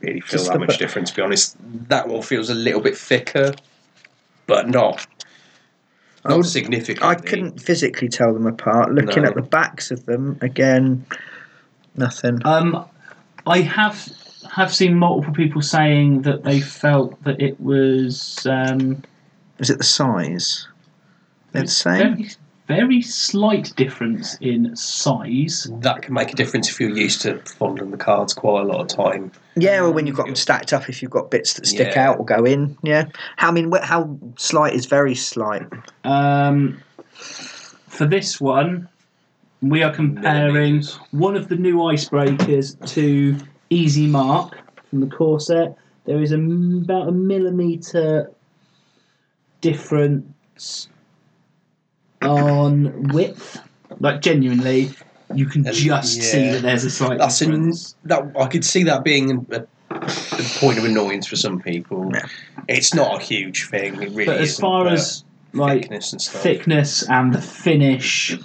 S2: really feel
S1: Just
S2: that
S1: a
S2: much
S1: bit-
S2: difference. To be honest, that one feels a little bit thicker, but not
S1: I
S2: not
S1: wouldn't-
S2: significant.
S1: Oh, I couldn't physically tell them apart. Looking
S2: No.
S1: at the backs of them again, nothing.
S3: Um, I have have seen multiple people saying that they felt that it was um,
S1: Is it the size? They're the same.
S3: very very slight difference in size.
S2: That can make a difference if you're used to fondling the cards quite a lot of time.
S1: Yeah, or when you've got them stacked up, if you've got bits that stick
S2: Yeah.
S1: out or go in. Yeah. How I mean, wh- how slight is very slight?
S3: Um, for this one, we are comparing
S2: Millimetres.
S3: one of the new icebreakers to Easy Mark from the Corset. There is a, m- about a millimeter difference on width. Like genuinely, you can
S2: And-
S3: just see
S2: yeah.
S3: that there's a slight
S2: That's an,
S3: difference.
S2: that I could see that being a, a point of annoyance for some people.
S1: Yeah.
S2: It's not a huge thing. It really
S3: But as
S2: isn't,
S3: far
S2: but
S3: as like
S2: thickness and stuff.
S3: thickness and the finish,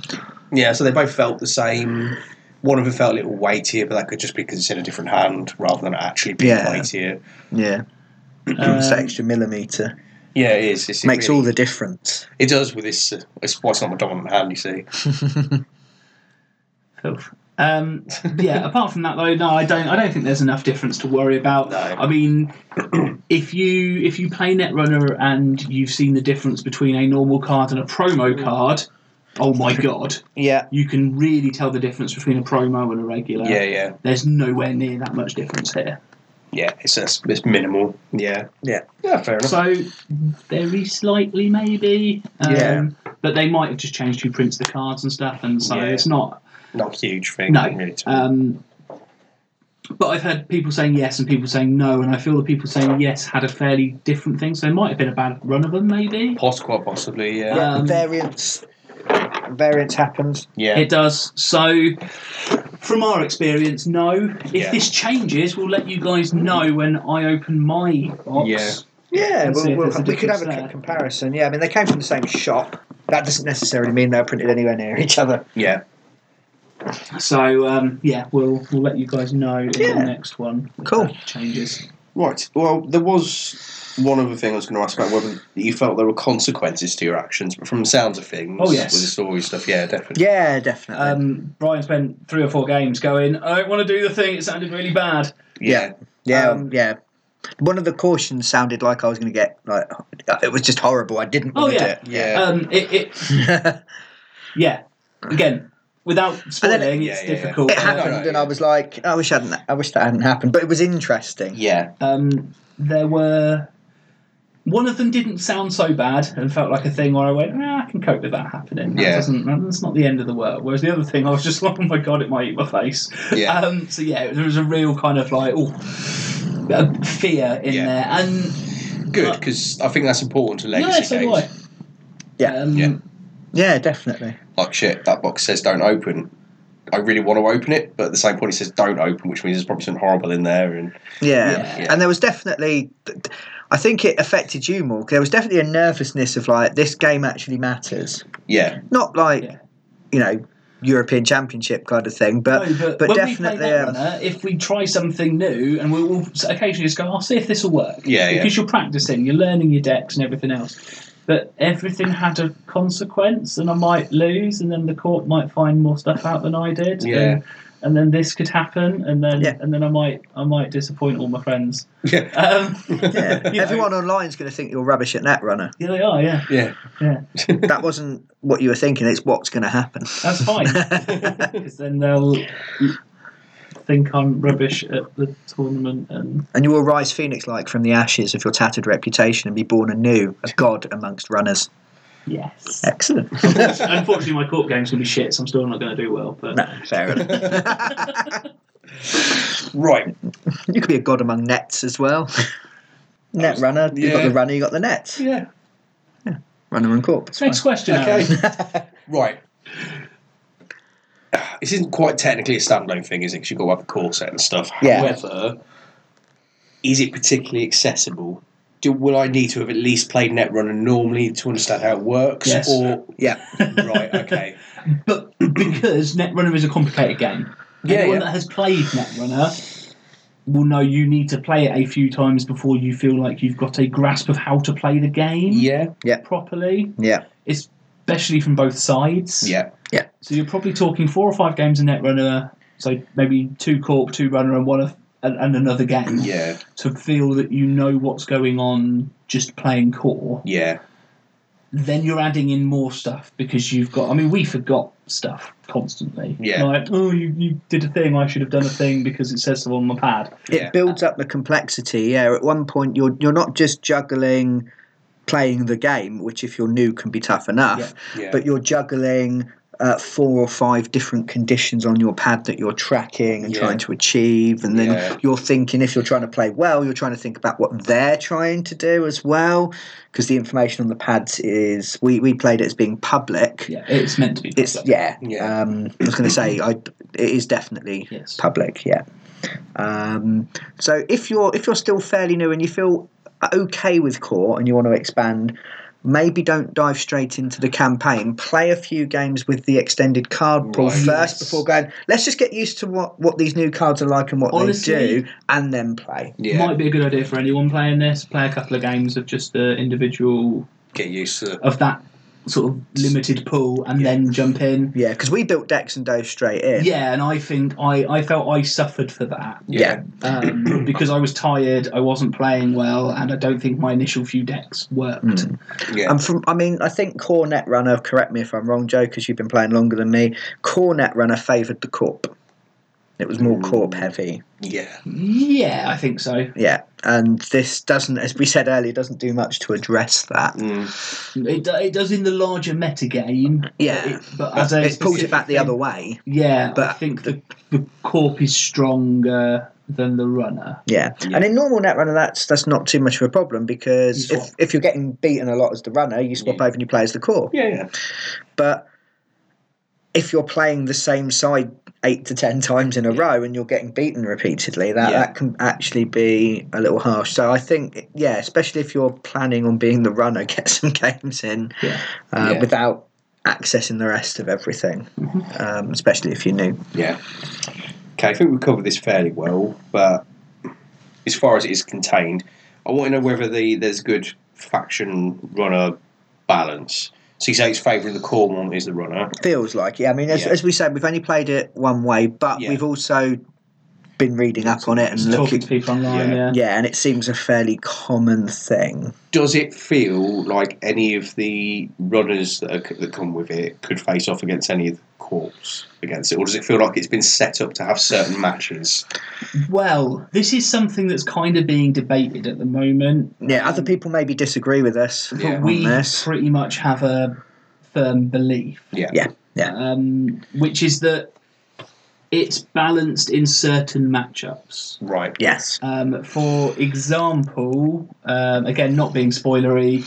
S2: Yeah, so they both felt the same. One of them felt a little weightier, but that could just be because it's in a different hand rather than actually being
S1: Yeah.
S2: weightier.
S1: Yeah. it's
S3: um,
S1: an extra millimeter.
S2: Yeah, it is. It's, it
S1: Makes
S2: really-
S1: all the difference.
S2: It does with this. Uh, it's why it's not my dominant hand, you see.
S3: Filth. Um, yeah. apart from that, though, no, I don't. I don't think there's enough difference to worry about.
S2: No.
S3: I mean, if you if you play Netrunner and you've seen the difference between a normal card and a promo card, oh my god,
S1: Yeah.
S3: you can really tell the difference between a promo and a regular.
S2: Yeah, yeah,
S3: There's nowhere near that much difference here.
S2: yeah. It's it's, it's minimal. Yeah, yeah, yeah. Fair enough.
S3: So very slightly, maybe. Um,
S1: Yeah.
S3: But they might have just changed who prints the cards and stuff, and so
S2: Yeah.
S3: it's not
S2: not a huge thing.
S3: No.
S2: really, to me.
S3: Um, but I've heard people saying yes and people saying no, and I feel the people saying yes had a fairly different thing, so it might have been a bad run of them, maybe.
S2: Poss- quite possibly. Yeah,
S3: Yeah.
S1: Yeah,
S3: Um,
S1: variance. Variance happens.
S2: yeah.
S3: It does. So, from our experience, no. If
S2: Yeah.
S3: this changes, we'll let you guys know when I open my box.
S2: Yeah.
S1: Yeah,
S3: Let's see
S1: we'll,
S3: if
S1: we'll,
S3: there's a
S1: we could have a
S3: difference
S1: c-
S3: there.
S1: comparison. Yeah, I mean, they came from the same shop. That doesn't necessarily mean they're printed anywhere near each other.
S2: yeah.
S3: So, um, yeah, we'll we'll let you guys know in
S1: Yeah.
S3: the next one. if
S1: Cool.
S3: that Changes.
S2: Right. Well, there was one other thing I was going to ask about whether you felt there were consequences to your actions, but from the sounds of things,
S3: Oh, yes.
S2: with the story stuff, yeah, definitely.
S1: Yeah, definitely.
S3: Um, Brian spent three or four games going, I don't want to do the thing, it sounded really bad.
S1: yeah, yeah,
S3: um,
S1: yeah. One of the cautions sounded like I was going to get like it was just horrible. I didn't
S3: Oh,
S1: want
S3: yeah.
S1: it.
S2: yeah. Uh,
S3: Um, it, it Yeah. Again, without spoiling,
S1: And then
S2: it-
S3: it's
S2: Yeah, yeah, yeah.
S3: difficult.
S1: it
S3: Uh,
S1: happened,
S2: no,
S1: and I was like, I wish hadn't. I wish that hadn't happened. But it was interesting.
S2: yeah.
S3: Um, there um, were One of them didn't sound so bad and felt like a thing where I went, ah, I can cope with that happening. That
S2: Yeah.
S3: doesn't, that's not the end of the world. Whereas the other thing, I was just like, oh my god, it might eat my face.
S2: Yeah.
S3: Um, so yeah, there was a real kind of like, oh, fear in
S2: Yeah.
S3: there. And
S2: Good, because I think that's important to legacy
S3: yeah, so do
S2: games.
S3: I.
S1: Yeah.
S3: Um,
S2: Yeah.
S1: Yeah, definitely.
S2: Like shit, that box says don't open. I really want to open it, but at the same point it says don't open, which means there's probably something horrible in there. And
S1: Yeah.
S2: Yeah.
S1: And there was definitely, I think it affected you more. 'cause There was definitely a nervousness of like, this game actually matters.
S2: yeah,
S1: Not like,
S3: Yeah.
S1: you know, European Championship kind of thing, but,
S3: No, but,
S1: but,
S3: when we
S1: definitely.
S3: play that
S1: um,
S3: runner, if we try something new, and we'll, we'll occasionally just go, I'll see if this will work.
S2: Yeah, yeah.
S3: Because you're practicing, you're learning your decks and everything else. But everything had a consequence, and I might lose, and then the court might find more stuff out than I did.
S2: Yeah.
S3: And, and then this could happen, and then
S1: Yeah.
S3: and then I might I might disappoint all my friends.
S2: yeah,
S3: Um,
S1: yeah.
S3: you know.
S1: Everyone online's going to think you're rubbish at Netrunner.
S3: yeah, they are. Yeah,
S2: yeah,
S3: yeah.
S1: that wasn't what you were thinking. It's what's going to happen.
S3: That's fine. Because then they'll think I'm rubbish at the tournament, and
S1: And you will rise phoenix like from the ashes of your tattered reputation and be born anew, a god amongst runners.
S3: yes.
S1: Excellent.
S3: Unfortunately, my court game's going to be shit, so I'm still not going to do well. But
S1: No, fair enough.
S2: right.
S1: you could be a god among nets as well. Net runner, you've got
S2: yeah.
S1: the runner, you've got the net.
S2: Yeah.
S1: Runner and corpse.
S3: next question.
S2: Okay.
S3: Aaron.
S2: right. This isn't quite technically a standalone thing, is it? Because you've got to have a core set and stuff.
S1: Yeah.
S2: However, is it particularly accessible? Do, will I need to have at least played Netrunner normally to understand how it works?
S3: Yes.
S2: Or
S1: Yeah.
S2: right, okay,
S3: but because Netrunner is a complicated game,
S2: Yeah,
S3: anyone
S2: yeah.
S3: that has played Netrunner will know you need to play it a few times before you feel like you've got a grasp of how to play the game
S2: yeah,
S3: properly,
S1: Yeah.
S3: especially from both sides.
S2: yeah,
S3: So you're probably talking four or five games of Netrunner, so maybe two Corp, two Runner, and one of and, and another game
S2: yeah,
S3: to feel that you know what's going on just playing core.
S2: yeah,
S3: Then you're adding in more stuff because you've got. I mean, we forgot stuff constantly.
S2: Yeah.
S3: Like, oh, you, you did a thing. I should have done a thing because it says so on my pad.
S1: It
S2: Yeah.
S1: builds up the complexity. Yeah, at one point you're you're not just juggling playing the game, which if you're new can be tough enough,
S2: yeah.
S1: but you're juggling uh, four or five different conditions on your pad that you're tracking and
S2: Yeah.
S1: trying to achieve, and then
S2: Yeah.
S1: you're thinking if you're trying to play well, you're trying to think about what they're trying to do as well, because the information on the pads is we we played it as being public.
S3: Yeah, it's meant to be.
S1: It's yeah.
S2: Yeah.
S1: Um, I was going to say I, it is definitely
S3: Yes.
S1: public. Yeah. Um, so if you're if you're still fairly new and you feel okay with core and you want to expand, maybe don't dive straight into the campaign. Play a few games with the extended card pool
S2: Right.
S1: first
S3: Yes.
S1: before going. Let's just get used to what what these new cards are like and what
S3: Honestly-
S1: they do, and then play.
S2: yeah.
S3: Might be a good idea for anyone playing this. Play a couple of games of just the individual
S2: Get used to it.
S3: of that sort of limited pool, and then jump in.
S1: Yeah, because we built decks and dove straight in.
S3: Yeah, and I think I, I felt I suffered for that.
S1: Yeah.
S3: um, because I was tired, I wasn't playing well, and I don't think my initial few decks worked.
S1: Mm.
S2: yeah,
S1: And from, I mean, I think Core Netrunner, correct me if I'm wrong, Joe, because you've been playing longer than me, Core Netrunner favoured the Corp. It was more
S3: Hmm.
S2: Mm.
S1: Corp heavy.
S2: yeah,
S3: Yeah, I think so.
S1: Yeah. And this doesn't, as we said earlier, doesn't do much to address that.
S2: mm.
S3: It, do- it does in the larger meta game.
S1: Yeah.
S3: but, it, but as a
S1: It pulls it back the
S3: specific
S1: other
S3: thing-
S1: way.
S3: Yeah, but I
S1: but
S3: think the, the corp is stronger than the runner.
S1: Yeah.
S2: Yeah.
S1: And in normal Netrunner, that's that's not too much of a problem because
S3: You
S1: if,
S3: swap.
S1: if you're getting beaten a lot as the runner, you swap
S2: Yeah.
S1: over and you play as the Corp.
S2: yeah, yeah,
S1: But if you're playing the same side eight to ten times in a row and you're getting beaten repeatedly, that,
S2: Yeah.
S1: that can actually be a little harsh. So I think, yeah, especially if you're planning on being the runner, get some games in
S3: Yeah.
S1: uh,
S2: Yeah.
S1: without accessing the rest of everything, um, especially if you're new.
S2: yeah. Okay, I think we covered this fairly well, but as far as it is contained, I want to know whether the there's good faction runner balance. So you say it's favouring the core one is the runner.
S1: Feels like, yeah. I mean, as,
S2: Yeah.
S1: as we said, we've only played it one way, but
S2: Yeah.
S1: we've also been reading up on it and
S3: Just talking
S1: looking.
S3: to people online.
S2: Yeah.
S3: Yeah.
S1: Yeah, and it seems a fairly common thing.
S2: Does it feel like any of the runners that, are, that come with it could face off against any of the corps against it, or does it feel like it's been set up to have certain matches?
S3: Well, this is something that's kind of being debated at the moment.
S1: Yeah, other people maybe disagree with us
S2: Yeah.
S1: on
S3: we
S1: this.
S3: pretty much have a firm belief
S2: Yeah,
S1: Yeah, yeah,
S3: um, which is that it's balanced in certain matchups.
S2: right.
S1: yes,
S3: Um, for example, um, again, not being spoilery,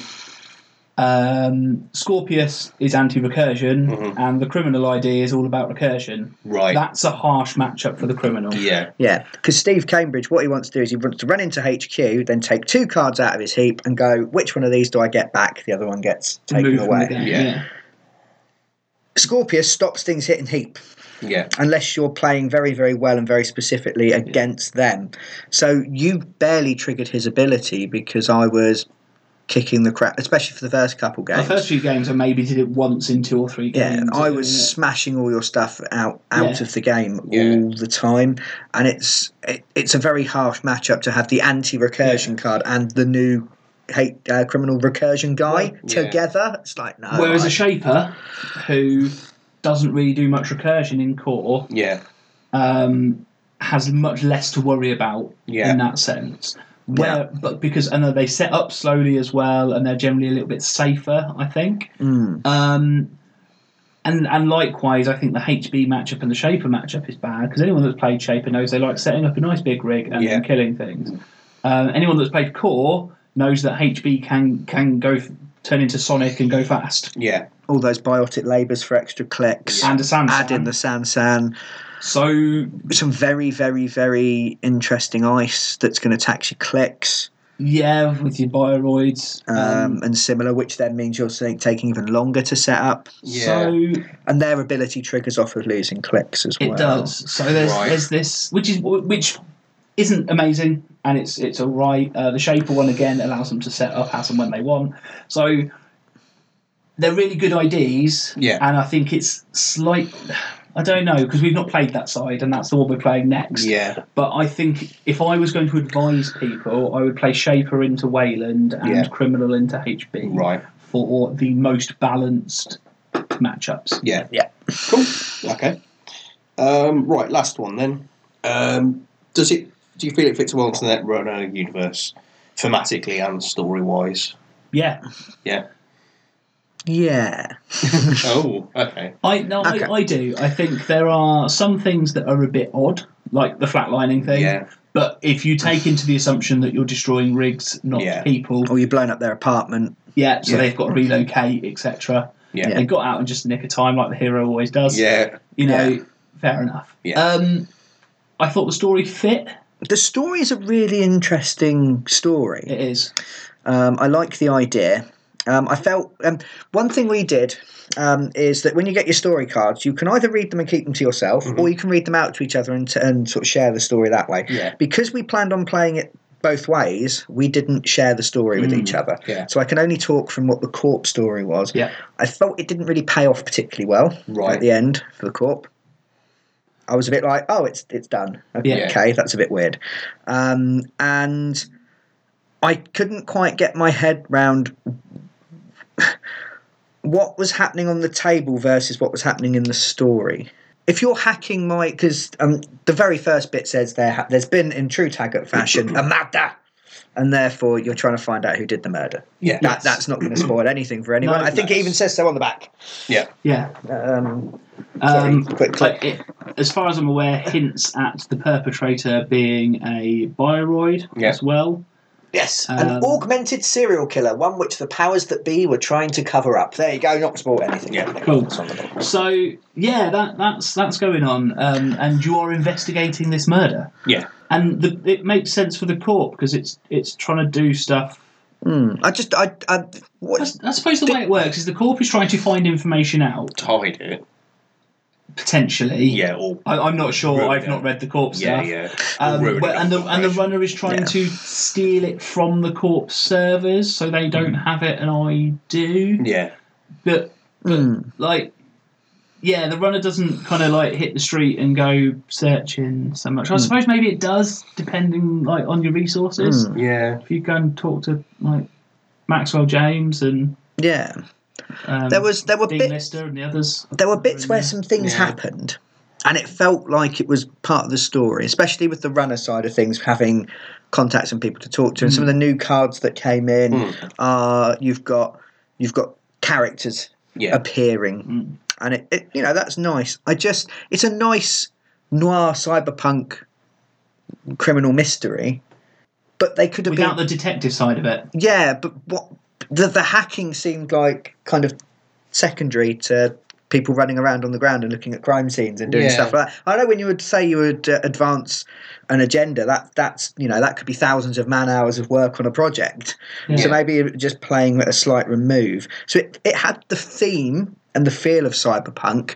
S3: um, Scorpius is anti recursion,
S2: Mhm.
S3: and the criminal ID is all about recursion.
S2: Right.
S3: That's a harsh matchup for the criminal.
S2: yeah.
S1: yeah. Because Steve Cambridge, what he wants to do is he wants to run into HQ, then take two cards out of his heap and go, which one of these do I get back? The other one gets
S3: To
S1: taken
S3: move from the
S1: away.
S3: game,
S2: Yeah.
S1: Scorpius stops things hitting heap.
S2: Yeah.
S1: unless you're playing very, very well and very specifically against them. So you barely triggered his ability because I was kicking the crap, especially for the first couple
S3: The
S1: games.
S3: first few games, I maybe did it once in two or three
S1: yeah,
S3: games.
S1: I was
S3: Yeah.
S1: smashing all your stuff out out
S3: uh, Yeah.
S1: of the game
S2: Yeah.
S1: all the time, and it's it, it's a very harsh matchup to have the anti recursion card and the new hate uh, criminal recursion guy
S2: Yeah.
S1: together. It's like no.
S3: Whereas
S1: uh, I-
S3: a shaper who doesn't really do much recursion in core
S2: Yeah.
S3: um, has much less to worry about
S2: Yeah.
S3: in that sense. Where, but because and they set up slowly as well, and they're generally a little bit safer, I think.
S1: Mm.
S3: Um, and and likewise, I think the HB matchup and the Shaper matchup is bad because anyone that's played Shaper knows they like setting up a nice big rig and
S2: Yeah.
S3: then killing things. Um, anyone that's played Core knows that HB can can go f- turn into Sonic and go fast.
S2: Yeah.
S1: all those biotic labours for extra clicks.
S3: And a Samson.
S1: Add in the Sansan.
S3: so
S1: some very, very, very interesting ice that's going to tax your clicks
S3: yeah, with your bioroids.
S1: um,
S3: Mm.
S1: and similar, which then means you're saying- taking even longer to set up.
S2: Yeah.
S3: So
S1: And their ability triggers off of losing clicks as well.
S3: It does. So there's
S2: Right.
S3: there's this, which is which isn't amazing, and it's it's all right. Uh, the shaper one again allows them to set up as and when they want. So they're really good IDs.
S2: Yeah.
S3: And I think it's slight. I don't know because we've not played that side, and that's the one we're playing next.
S2: Yeah.
S3: But I think if I was going to advise people, I would play Shaper into Wayland and
S2: Yeah.
S3: Criminal into HB
S2: Right.
S3: for the most balanced matchups.
S2: Yeah.
S1: Yeah.
S2: Cool. Okay. Um, right. Last one then. Um, does it? Do you feel it fits well into the Netrunner universe, thematically and story wise?
S3: Yeah,
S2: Yeah.
S1: Yeah.
S2: Oh. Okay.
S3: I no,
S1: Okay.
S3: I, I do. I think there are some things that are a bit odd, like the flatlining thing.
S2: Yeah.
S3: But if you take into the assumption that you're destroying rigs, not
S2: Yeah.
S3: people,
S1: Or you've blown up their apartment.
S3: yeah, so
S2: Yeah.
S3: they've got to relocate, etc.
S2: Yeah.
S1: Yeah.
S3: They got out in just the nick of time, like the hero always does.
S2: Yeah.
S3: you know,
S1: Yeah.
S3: fair enough.
S2: Yeah.
S3: Um, I thought the story fit.
S1: The story is a really interesting story.
S3: It is.
S1: Um, I like the idea. Um, I felt um, one thing we did um, is that when you get your story cards, you can either read them and keep them to yourself, or you can read them out to each other and, and sort of share the story that way.
S2: Mm-hmm. Yeah.
S1: Because we planned on playing it both ways, we didn't share the story with each other.
S2: Mm. yeah.
S1: So I can only talk from what the corp story was.
S3: Yeah.
S1: I felt it didn't really pay off particularly well
S2: Right.
S1: at the end for the corp. I was a bit like, oh, it's it's done. Okay,
S3: Yeah.
S1: okay, that's a bit weird. Um, and I couldn't quite get my head round what was happening on the table versus what was happening in the story. If you're hacking my, because um, the very first bit says there, ha- there's been in true Taggart fashion a murder, and therefore you're trying to find out who did the murder.
S2: Yeah.
S1: That, that's not going to spoil anything for anyone.
S3: No,
S1: I think it
S3: that's-
S1: even says so on the back.
S2: Yeah.
S3: Yeah.
S1: Um,
S3: Um,
S1: Sorry, quick
S3: but it, as far as I'm aware, hints at the perpetrator being a bioroid
S2: Yeah.
S3: as well.
S1: yes,
S3: Um,
S1: an augmented serial killer, one which the powers that be were trying to cover up. There you go, not spoil anything.
S2: Yeah.
S3: Cool.
S1: That's on the back.
S3: So yeah, that that's that's going on, um, and you are investigating this murder,
S2: Yeah.
S3: and the, it makes sense for the corp because it's it's trying to do stuff.
S1: Hmm, I just, I, I what,
S3: That's- I suppose the way it works is the corp is trying to find information out
S2: Hide it.
S3: potentially.
S2: Yeah. Or.
S3: I, I'm not sure.
S2: Ruin
S3: I've
S2: it.
S3: not read the corp
S2: Yeah.
S3: stuff.
S2: Yeah.
S3: Um,
S2: Or ruin
S3: but-
S2: it.
S3: and the and the runner is trying
S1: Yeah.
S3: to steal it from the corp servers, so they
S2: Mm-hmm.
S3: don't have it, and I do.
S2: Yeah.
S3: But
S1: Hmm.
S3: like yeah, the runner doesn't kind of like hit the street and go searching so much. Hmm. I suppose maybe it does, depending like on your resources.
S1: Mm.
S2: Yeah.
S3: If you go and talk to like Maxwell James and
S1: Yeah,
S3: um,
S1: there was there were
S3: Dean
S1: bits
S3: Lister and the others,
S1: there were bits where some things
S2: Yeah.
S1: happened, and it felt like it was part of the story, especially with the runner side of things, having contacts and people to talk to, and some
S2: Hmm.
S1: of the new cards that came in
S2: Mm.
S1: are you've got you've got characters
S2: Yeah.
S1: appearing,
S3: Mm.
S1: and it, it you know that's nice. I just it's a nice noir cyberpunk criminal mystery, but they could have
S3: without
S1: been
S3: the detective side of it.
S1: yeah, but what the the hacking seemed like kind of secondary to people running around on the ground and looking at crime scenes and doing
S2: Yeah.
S1: stuff like that. I know when you would say you would uh, advance an agenda, that that's you know that could be thousands of man hours of work on a project.
S3: Yeah.
S1: So maybe just playing at a slight remove. So it it had the theme and the feel of cyberpunk.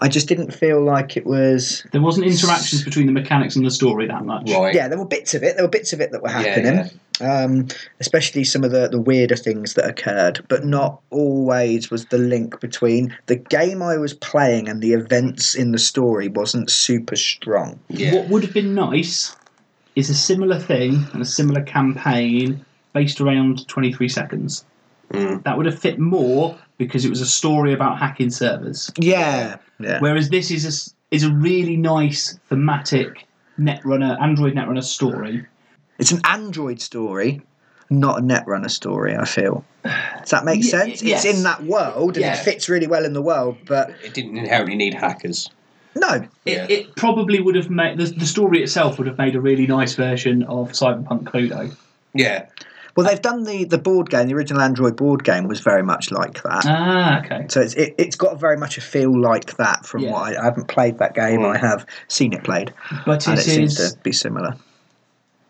S1: I just didn't feel like it was
S3: There wasn't interactions between the mechanics and the story that much.
S2: Right.
S1: yeah, there were bits of it. There were bits of it that were
S2: Yeah,
S1: happening, Um, especially some of the, the weirder things that occurred. But not always was the link between the game I was playing and the events in the story wasn't super strong.
S2: Yeah.
S3: What would have been nice is a similar thing and a similar campaign based around 23 seconds.
S2: Mm.
S3: That would have fit more because it was a story about hacking servers.
S1: Yeah, yeah,
S3: Whereas this is a, s- is a really nice thematic Netrunner, Android Netrunner story.
S1: it's an Android story, not a Netrunner story. I feel. Does that make
S3: Ye-
S1: sense?
S3: yes.
S1: It's in that world and
S3: Yeah.
S1: it fits really well in the world, but
S2: It didn't inherently need hackers.
S1: no,
S2: Yeah.
S3: It, it probably would have made the, the story itself would have made a really nice version of Cyberpunk Cluedo.
S2: Yeah.
S1: well they've done the the board game. The original Android board game was very much like that.
S3: Ah, okay.
S1: So it's it, it's got very much a feel like that from
S3: Yeah.
S1: what I, I haven't played that game.
S2: Mm.
S1: I have seen it played,
S3: But
S1: and
S3: it
S1: it seems
S3: is
S1: to be similar.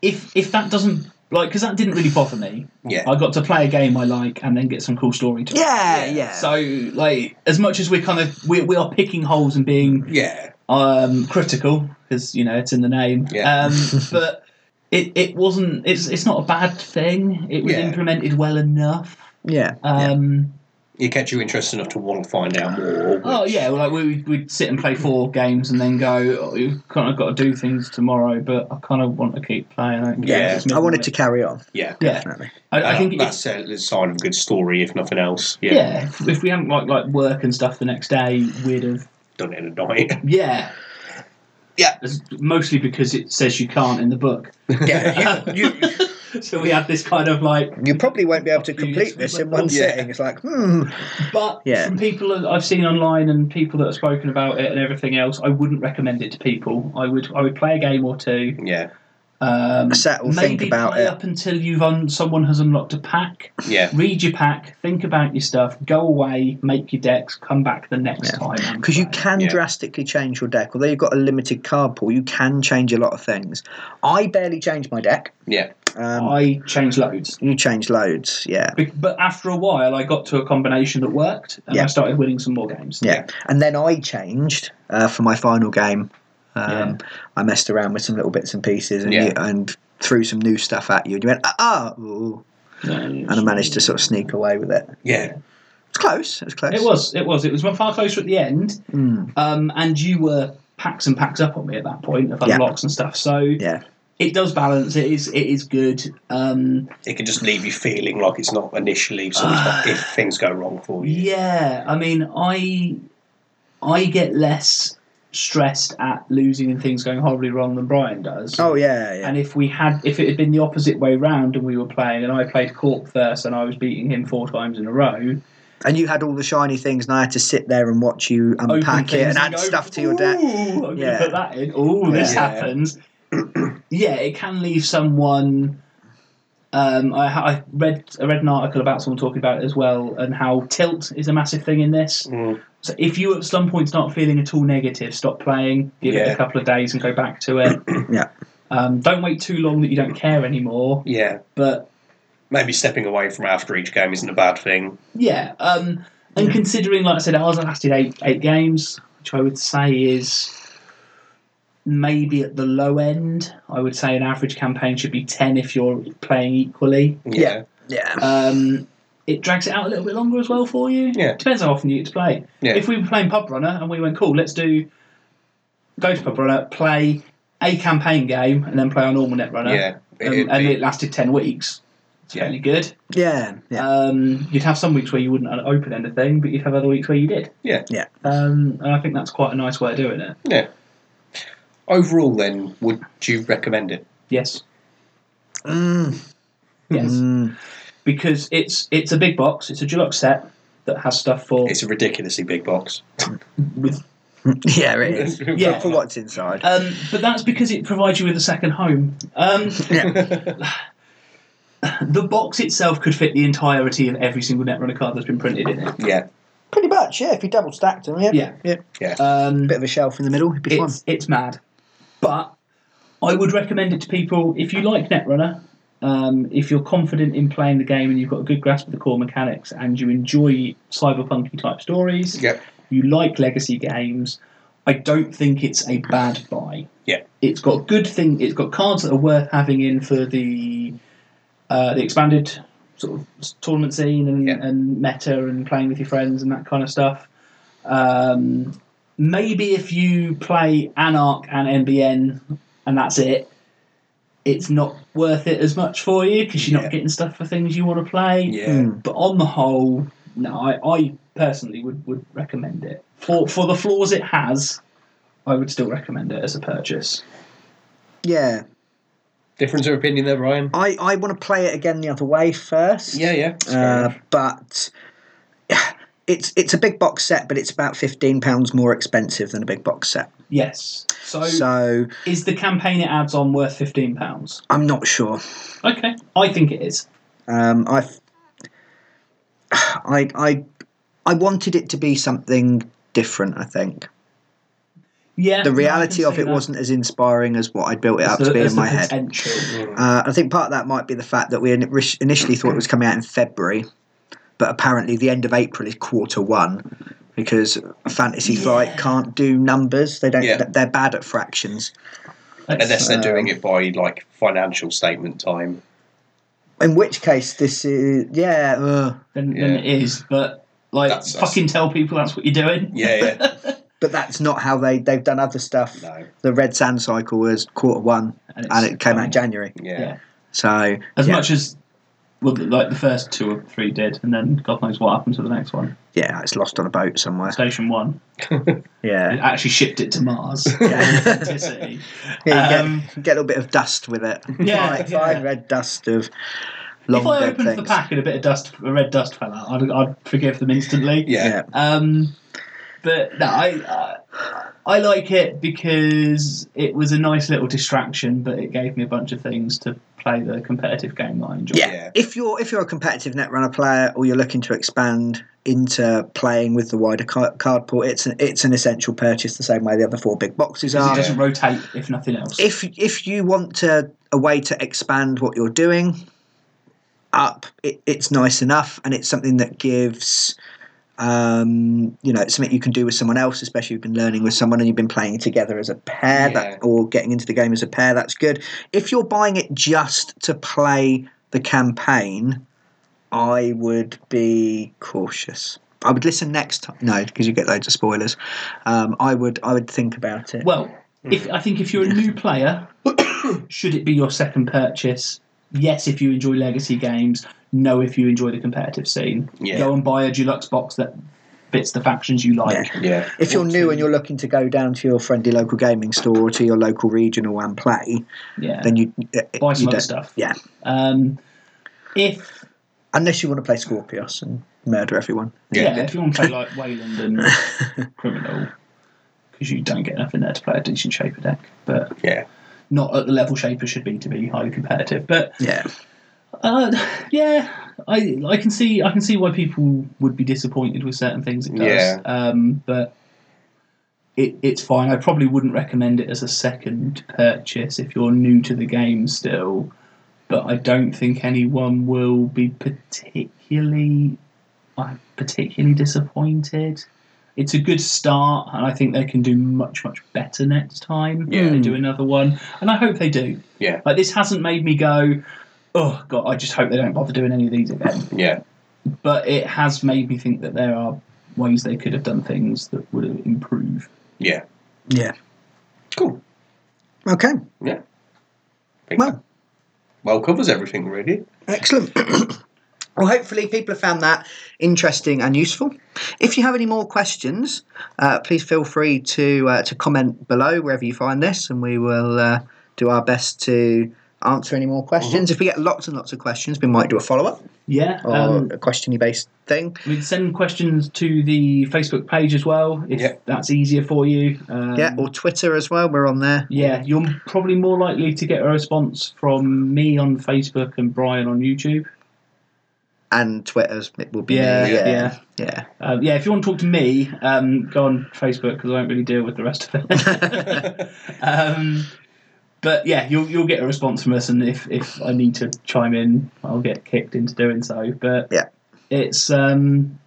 S3: if if that doesn't like because that didn't really bother me.
S2: Yeah.
S3: I got to play a game I like and then get some cool story to it.
S1: Yeah, yeah.
S2: Yeah,
S1: So
S3: So, like, as much as we're kind of we, we are picking holes and being
S2: Yeah.
S3: um, critical because you know it's in the name,
S2: Yeah.
S3: um, but it, it wasn't. It's it's not a bad thing. It was
S2: Yeah.
S3: implemented well enough.
S1: yeah, yeah.
S3: Um,
S2: It kept you interested enough to want to find out more.
S3: Oh yeah, well, like we we'd sit and play four games and then go. Oh, you've kind of got to do things tomorrow, but I kind of want to keep playing it.
S2: Yeah.
S3: It's
S1: I wanted to
S3: midnight.
S1: carry on.
S2: Yeah.
S3: Yeah,
S1: Definitely.
S3: I,
S2: Uh,
S3: I think it's,
S2: that's a sign of a good story, if nothing else. Yeah.
S3: yeah. if- If we hadn't like like work and stuff the next day, we'd have
S2: Done it in a night.
S3: yeah.
S2: Yeah.
S3: It's mostly because it says you can't in the book.
S1: Yeah, you, you,
S3: So we had this kind of like,
S1: you probably won't be able to complete this in one
S2: Yeah.
S1: sitting. It's like, hmm.
S3: but
S1: Yeah.
S3: from people that I've seen online and people that have spoken about it and everything else, I wouldn't recommend it to people. I would I would play a game or two.
S2: Yeah.
S3: Um,
S1: Settle,
S3: maybe
S1: think about
S3: play
S1: it.
S3: up until you've un- someone has unlocked a pack.
S2: Yeah.
S3: Read your pack, think about your stuff, go away, make your decks, come back the next
S1: Yeah.
S3: time. and
S1: Because you
S3: play.
S1: can
S2: Yeah.
S1: drastically change your deck, although you've got a limited card pool, you can change a lot of things. I barely changed my deck.
S2: Yeah.
S1: Um,
S3: I change loads.
S1: you change loads, yeah.
S3: Be- But after a while, I got to a combination that worked, and
S1: Yeah.
S3: I started winning some more games.
S1: Yeah.
S2: Yeah.
S1: And then I changed uh, for my final game. Um,
S3: Yeah.
S1: I messed around with some little bits and pieces and,
S2: Yeah.
S1: you, and threw some new stuff at you. And you went, ah, ah ooh,"
S3: and
S1: and I managed to sort of sneak away with it.
S2: Yeah.
S1: It's close. It was close.
S3: It was, it was, it was far closer at the end,
S1: Mm,
S3: um, and you were packs and packs up on me at that point of
S1: Yeah.
S3: unlocks and stuff. So
S1: yeah.
S3: it does balance. It is, it is good. Um,
S2: It can just leave you feeling like it's not initially something like if things go wrong for you.
S3: yeah, I mean, I, I get less stressed at losing and things going horribly wrong than Brian does.
S1: Oh, yeah, yeah.
S3: And if we had, if it had been the opposite way round and we were playing, and I played Corp first, and I was beating him four times in a row,
S1: And you had all the shiny things, and I had to sit there and watch you
S3: open
S1: unpack it
S3: things
S1: and add
S3: go,
S1: stuff to your deck.
S3: "Ooh, I'm
S1: Yeah.
S3: gonna put that in. Oh, this
S2: Yeah.
S3: happens. yeah, it can leave someone. Um, I, ha- I read I read an article about someone talking about it as well, and how tilt is a massive thing in this.
S2: Mm.
S3: So if you at some point start feeling at all negative, stop playing, give it
S2: Yeah.
S3: a couple of days, and go back to it.
S1: Yeah.
S3: Um, don't wait too long that you don't care anymore.
S2: Yeah.
S3: But
S2: Maybe stepping away from after each game isn't a bad thing.
S3: yeah, um, and considering, like I said, ours lasted eight eight games, which I would say is maybe at the low end. I would say an average campaign should be ten if you're playing equally.
S1: Yeah. Yeah.
S3: Um, it drags it out a little bit longer as well for you.
S2: Yeah.
S3: Depends how often you get to play.
S2: Yeah.
S3: If we were playing Pub Runner and we went, cool, let's do go to Pub Runner, play a campaign game, and then play our normal Netrunner.
S2: Yeah,
S3: Um,
S2: it'd
S3: and
S2: be-
S3: it lasted ten weeks. It's
S2: Yeah.
S3: fairly good.
S1: Yeah, yeah.
S3: Um, you'd have some weeks where you wouldn't open anything, but you'd have other weeks where you did.
S2: yeah,
S3: Um, and I think that's quite a nice way of doing it.
S2: yeah. Overall, then, would you recommend it?
S3: Yes.
S1: Mm,
S3: Yes.
S1: mm.
S3: Because it's it's a big box, it's a deluxe set that has stuff for
S2: It's a ridiculously big box.
S3: with
S1: Yeah, it is.
S3: Yeah.
S1: For what's inside.
S3: um, but that's because it provides you with a second home. Um,
S1: Yeah.
S3: the box itself could fit the entirety of every single Netrunner card that's been printed in it.
S2: yeah,
S1: Pretty much, yeah, if you double stacked them, yeah.
S3: Yeah.
S2: yeah.
S3: Um,
S1: Bit of a shelf in the middle, it'd be fun.
S3: it's, it's mad. But I would recommend it to people if you like Netrunner, um, if you're confident in playing the game and you've got a good grasp of the core mechanics and you enjoy cyberpunky type stories,
S2: Yep.
S3: you like legacy games, I don't think it's a bad buy.
S2: Yeah.
S3: It's got good thing. It's got cards that are worth having in for the uh, the expanded sort of tournament scene and,
S2: Yeah.
S3: and meta and playing with your friends and that kind of stuff. Um, maybe if you play Anarch and NBN and that's it, it's not worth it as much for you because you're
S2: Yeah.
S3: not getting stuff for things you want to play.
S2: Yeah.
S1: Mm.
S3: But on the whole, no, I, I personally would, would recommend it. For for the flaws it has, I would still recommend it as a purchase.
S1: Yeah.
S2: Difference of opinion there, Ryan?
S3: Uh,
S1: I, I want to play it again the other way first.
S2: Yeah, yeah. it's fair
S1: Uh,
S2: enough.
S1: but it's it's a big box set, but it's about fifteen pounds more expensive than a big box set.
S3: Yes.
S2: Oh.
S3: So,
S1: So
S3: is the campaign it adds on worth fifteen pounds?
S1: I'm not sure.
S3: Okay. I think it is.
S1: Um, I I I I wanted it to be something different. I think
S3: Yeah.
S1: the
S3: no, I
S1: reality
S3: can
S1: of
S3: see
S1: it
S3: that.
S1: wasn't as inspiring as what I'd built it
S3: As
S1: up to
S3: the-
S1: be
S3: as
S1: in
S3: the
S1: my head.
S3: potential.
S2: Mm.
S1: Uh, I think part of that might be the fact that we in- initially thought it was coming out in February, but apparently the end of April is quarter one because Fantasy Flight can't do numbers. They don't.
S2: Yeah.
S1: They're bad at fractions.
S2: Unless they're
S1: Um,
S2: doing it by like financial statement time.
S1: In which case, this is yeah. Uh,
S3: then, then
S2: Yeah.
S3: it is. But like,
S2: That's- that's-
S3: fucking tell people that's what you're doing.
S2: Yeah, yeah.
S1: but that's not how they they've done other stuff.
S2: No.
S1: The Red Sand Cycle was quarter one,
S3: And,
S1: and it came out in
S3: January.
S1: January.
S2: Yeah.
S3: Yeah.
S1: So
S3: As
S1: yeah,
S3: much as well, like the first two or three did, and then God knows what happened to the next one.
S1: yeah, it's lost on a boat somewhere.
S3: Station One.
S1: Yeah,
S3: It actually shipped it to Mars. Authenticity.
S1: yeah you
S3: Um,
S1: get, get a little bit of dust with it.
S3: Yeah,
S1: fine,
S3: yeah.
S1: fine red dust of long
S3: if I
S1: dead
S3: opened the
S1: things.
S3: pack and a bit of dust, a red dust fell out, I'd, I'd forgive them instantly.
S1: Yeah.
S2: Yeah.
S3: Um, but no, I uh, I like it because it was a nice little distraction, but it gave me a bunch of things to play the competitive game that I enjoy.
S1: yeah.
S2: Yeah.
S1: If you're if you're a competitive netrunner player or you're looking to expand into playing with the wider ca- card pool, it's an it's an essential purchase the same way the other four big boxes
S3: Because it
S1: are.
S3: doesn't rotate if nothing else.
S1: If if you want to a way to expand what you're doing up, it, it's nice enough, and it's something that gives. Um, you know, it's something you can do with someone else, especially if you've been learning with someone and you've been playing together as a pair,
S2: Yeah.
S1: that, or getting into the game as a pair. That's good. If you're buying it just to play the campaign, I would be cautious. I would listen next time. No, because you get loads of spoilers. Um, I would. I would think about it.
S3: Well, if, I think if you're a new player, should it be your second purchase? Yes, if you enjoy legacy games. No, if you enjoy the competitive scene.
S2: Yeah.
S3: Go and buy a deluxe box that fits the factions you like.
S2: Yeah.
S1: if you're
S3: or
S1: new
S3: to-
S1: and you're looking to go down to your friendly local gaming store or to your local regional and play,
S3: Yeah.
S1: then you uh,
S3: buy some
S1: you
S3: other
S1: don't-
S3: stuff.
S1: Yeah,
S3: Um, if
S1: unless you want to play Scorpios and murder everyone.
S3: yeah, if you want to play like Wayland and Criminal, because you don't get enough in there to play a decent shaper deck, but
S2: Yeah.
S3: not at the level shaper should be to be highly competitive. But
S1: Yeah,
S3: Uh, yeah, I I can see I can see why people would be disappointed with certain things it does.
S2: Yeah.
S3: Um, but it, it's fine. I probably wouldn't recommend it as a second purchase if you're new to the game still. But I don't think anyone will be particularly I'm particularly disappointed. It's a good start, and I think they can do much, much better next time.
S2: Yeah.
S3: if They do another one, and I hope they do.
S2: Hmm. Yeah.
S3: Like this hasn't made me go, oh god, I just hope they don't bother doing any of these again.
S2: Yeah.
S3: but it has made me think that there are ways they could have done things that would improve.
S2: Yeah.
S1: Yeah.
S2: Cool.
S1: Okay.
S2: Yeah. Think
S1: Well,
S2: well covers everything really.
S1: Excellent. well, hopefully, people have found that interesting and useful. If you have any more questions, uh, please feel free to uh, to comment below wherever you find this, and we will uh, do our best to answer any more questions.
S3: Mm-hmm.
S1: If we get lots and lots of questions, we might do a follow up
S3: Yeah.
S1: or
S2: Oh.
S3: Um,
S1: a questiony based thing.
S3: we send questions to the Facebook page as well if
S2: Yeah.
S3: that's easier for you. Um,
S1: yeah, or Twitter as well. We're on there.
S3: yeah, you're probably more likely to get a response from me on Facebook and Brian on YouTube.
S1: And Twitter's it will be
S3: Yeah,
S1: me. Yeah, yeah.
S3: yeah. Um, yeah, if you want to talk to me, um, go on Facebook because I don't really deal with the rest of it. um, but yeah, you'll you'll get a response from us, and if, if I need to chime in, I'll get kicked into doing so. But
S1: Yeah.
S3: it's um,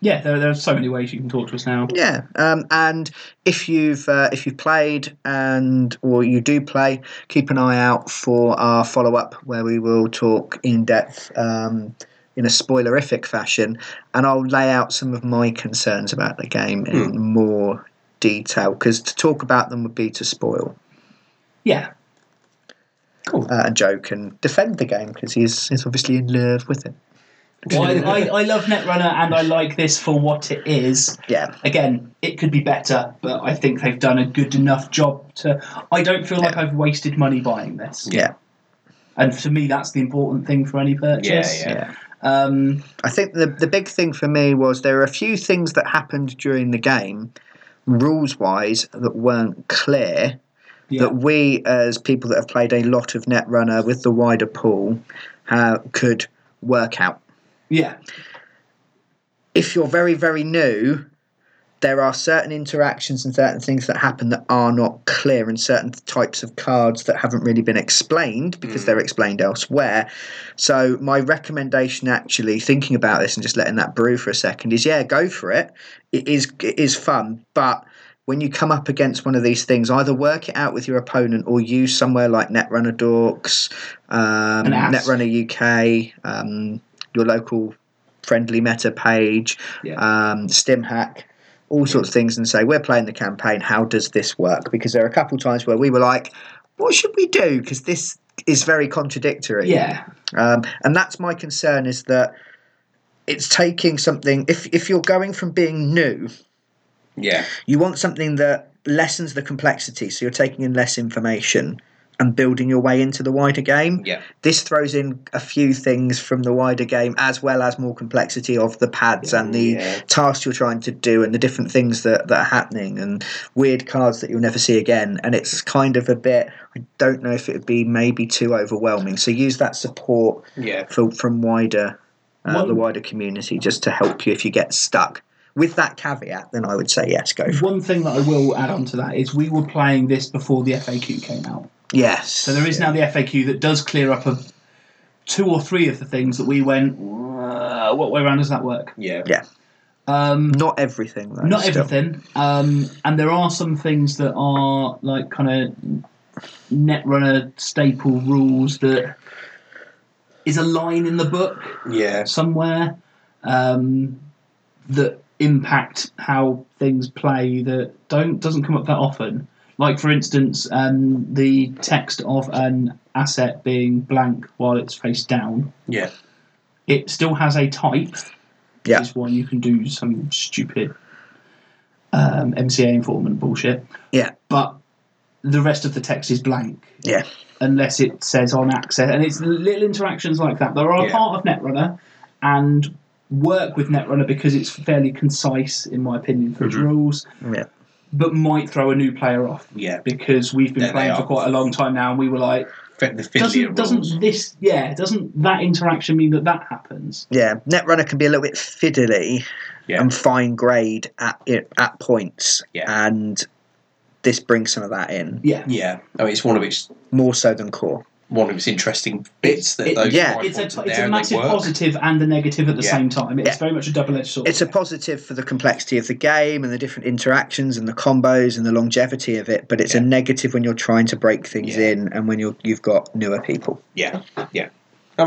S3: yeah, there, there are so many ways you can talk to us now.
S1: Yeah, um, and if you've uh, if you've played and or you do play, keep an eye out for our follow up where we will talk in depth um, in a spoilerific fashion, and I'll lay out some of my concerns about the game
S3: Hmm.
S1: in more detail because to talk about them would be to spoil
S3: Yeah,
S2: Cool.
S1: uh, and joke and defend the game because he's he's obviously in love with it.
S3: well, I, I, I love Netrunner, and I like this for what it is.
S1: Yeah,
S3: Again, it could be better, but I think they've done a good enough job to. I don't feel like I've wasted money buying this.
S1: yeah,
S3: and for me that's the important thing for any purchase.
S2: Yeah,
S1: yeah.
S3: Um,
S1: I think the the big thing for me was there are a few things that happened during the game, rules wise, that weren't clear.
S3: yeah.
S1: That we, as people that have played a lot of Netrunner with the wider pool, uh, could work out.
S3: yeah,
S1: If you're very very new, there are certain interactions and certain things that happen that are not clear, and certain types of cards that haven't really been explained because they're explained elsewhere. So, my recommendation, actually, thinking about this and just letting that brew for a second, is yeah, go for it. It is it is fun, but when you come up against one of these things, either work it out with your opponent or use somewhere like Netrunner Dorks, um,
S3: An app.
S1: Netrunner UK, um, your local friendly meta page,
S3: Yeah.
S1: um, StimHack all sorts of things and say, we're playing the campaign, how does this work? Because there are a couple times where we were like, what should we do? Because this is very contradictory.
S3: yeah,
S1: Um, and that's my concern is that it's taking something, if, if you're going from being new,
S2: Yeah.
S1: you want something that lessens the complexity. So you're taking in less information and building your way into the wider game.
S2: Yeah.
S1: This throws in a few things from the wider game, as well as more complexity of the pads and the
S2: Yeah.
S1: tasks you're trying to do, and the different things that, that are happening, and weird cards that you'll never see again. And it's kind of a bit. I don't know if it would be maybe too overwhelming. So use that support
S2: Yeah.
S1: for, from wider uh,
S3: One-
S1: the wider community just to help you if you get stuck. With that caveat, then I would say yes, go for it.
S3: One thing that I will add on to that is we were playing this before the FAQ came out,
S1: Yes.
S3: so there is now the FAQ that does clear up a, two or three of the things that we went. "Uh, What way around does that work?
S2: Yeah.
S1: Yeah.
S3: Um,
S1: Not everything, though.
S3: not
S1: still.
S3: everything, um, and there are some things that are like kind of netrunner staple rules that is a line in the book
S2: Yeah.
S3: somewhere um, that impact how things play that don't doesn't come up that often. Like for instance, um, the text of an asset being blank while it's face down.
S2: Yeah.
S3: It still has a type,
S1: Yeah.
S3: which is why you can do some stupid um, MCA informant bullshit.
S1: Yeah.
S3: But the rest of the text is blank
S1: Yeah.
S3: unless it says on access. And it's little interactions like that. There are a
S2: Yeah.
S3: part of Netrunner and work with Netrunner because it's fairly concise, in my opinion, for its
S2: Mm-hmm.
S3: rules,
S1: Yeah.
S3: but might throw a new player off
S2: Yeah.
S3: because we've been
S2: There they
S3: playing for
S2: are.
S3: quite a long time now and we were like,
S2: Fit the fiddlier
S3: doesn't,
S2: rules.
S3: doesn't this, yeah, doesn't that interaction mean that that happens?
S1: Yeah. Netrunner can be a little bit fiddly
S2: Yeah.
S1: and fine grade at at points.
S2: Yeah.
S1: And this brings some of that in
S3: Yeah.
S2: Yeah. I mean, it's one of its
S1: more so than core.
S2: one of its interesting bits that
S3: It-
S2: those
S1: yeah.
S2: five
S3: It's a,
S2: points
S3: it's
S2: are there
S3: a
S2: and they
S3: massive
S2: work.
S3: positive and a negative at the
S2: Yeah.
S3: same time. It's
S1: Yeah.
S3: very much a double-edged sword.
S1: It's a positive for the complexity of the game and the different interactions and the combos and the longevity of it, but it's a
S2: Yeah.
S1: negative when you're trying to break things
S2: Yeah.
S1: in and when you're you've got newer people.
S2: Yeah. Yeah. That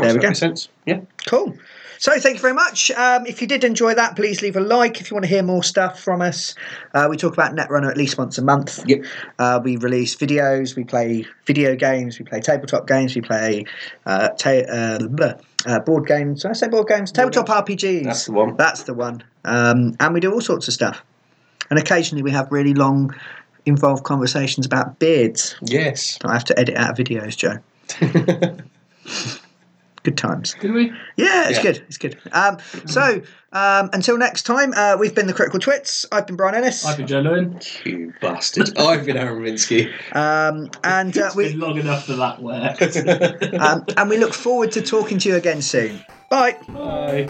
S1: There we
S2: makes
S1: go.
S2: perfect sense. Yeah.
S1: Cool. So thank you very much. Um, if you did enjoy that, please leave a like. If you want to hear more stuff from us, uh, we talk about Netrunner at least once a month.
S2: Yep.
S1: Uh, we release videos. We play video games. We play tabletop games. We play uh, ta- uh, bleh, uh, board games. Did I say board games? Tabletop RPGs.
S2: That's the one.
S1: That's the one. Um, and we do all sorts of stuff. And occasionally we have really long, involved conversations about beards.
S2: Yes.
S1: I have to edit out videos, Joe. Good times.
S3: Did we?
S1: Yeah, it's
S2: Yeah.
S1: good. It's good. Um, so um, until next time, uh, we've been the Critical Twits. I've been Brian Ennis,
S3: I've been Joe Lewin.
S2: You bastard. I've been Aaron Minsky.
S1: um, and uh,
S3: It's
S1: we
S3: been long enough for that work.
S1: um, and we look forward to talking to you again soon. Bye.
S3: Bye.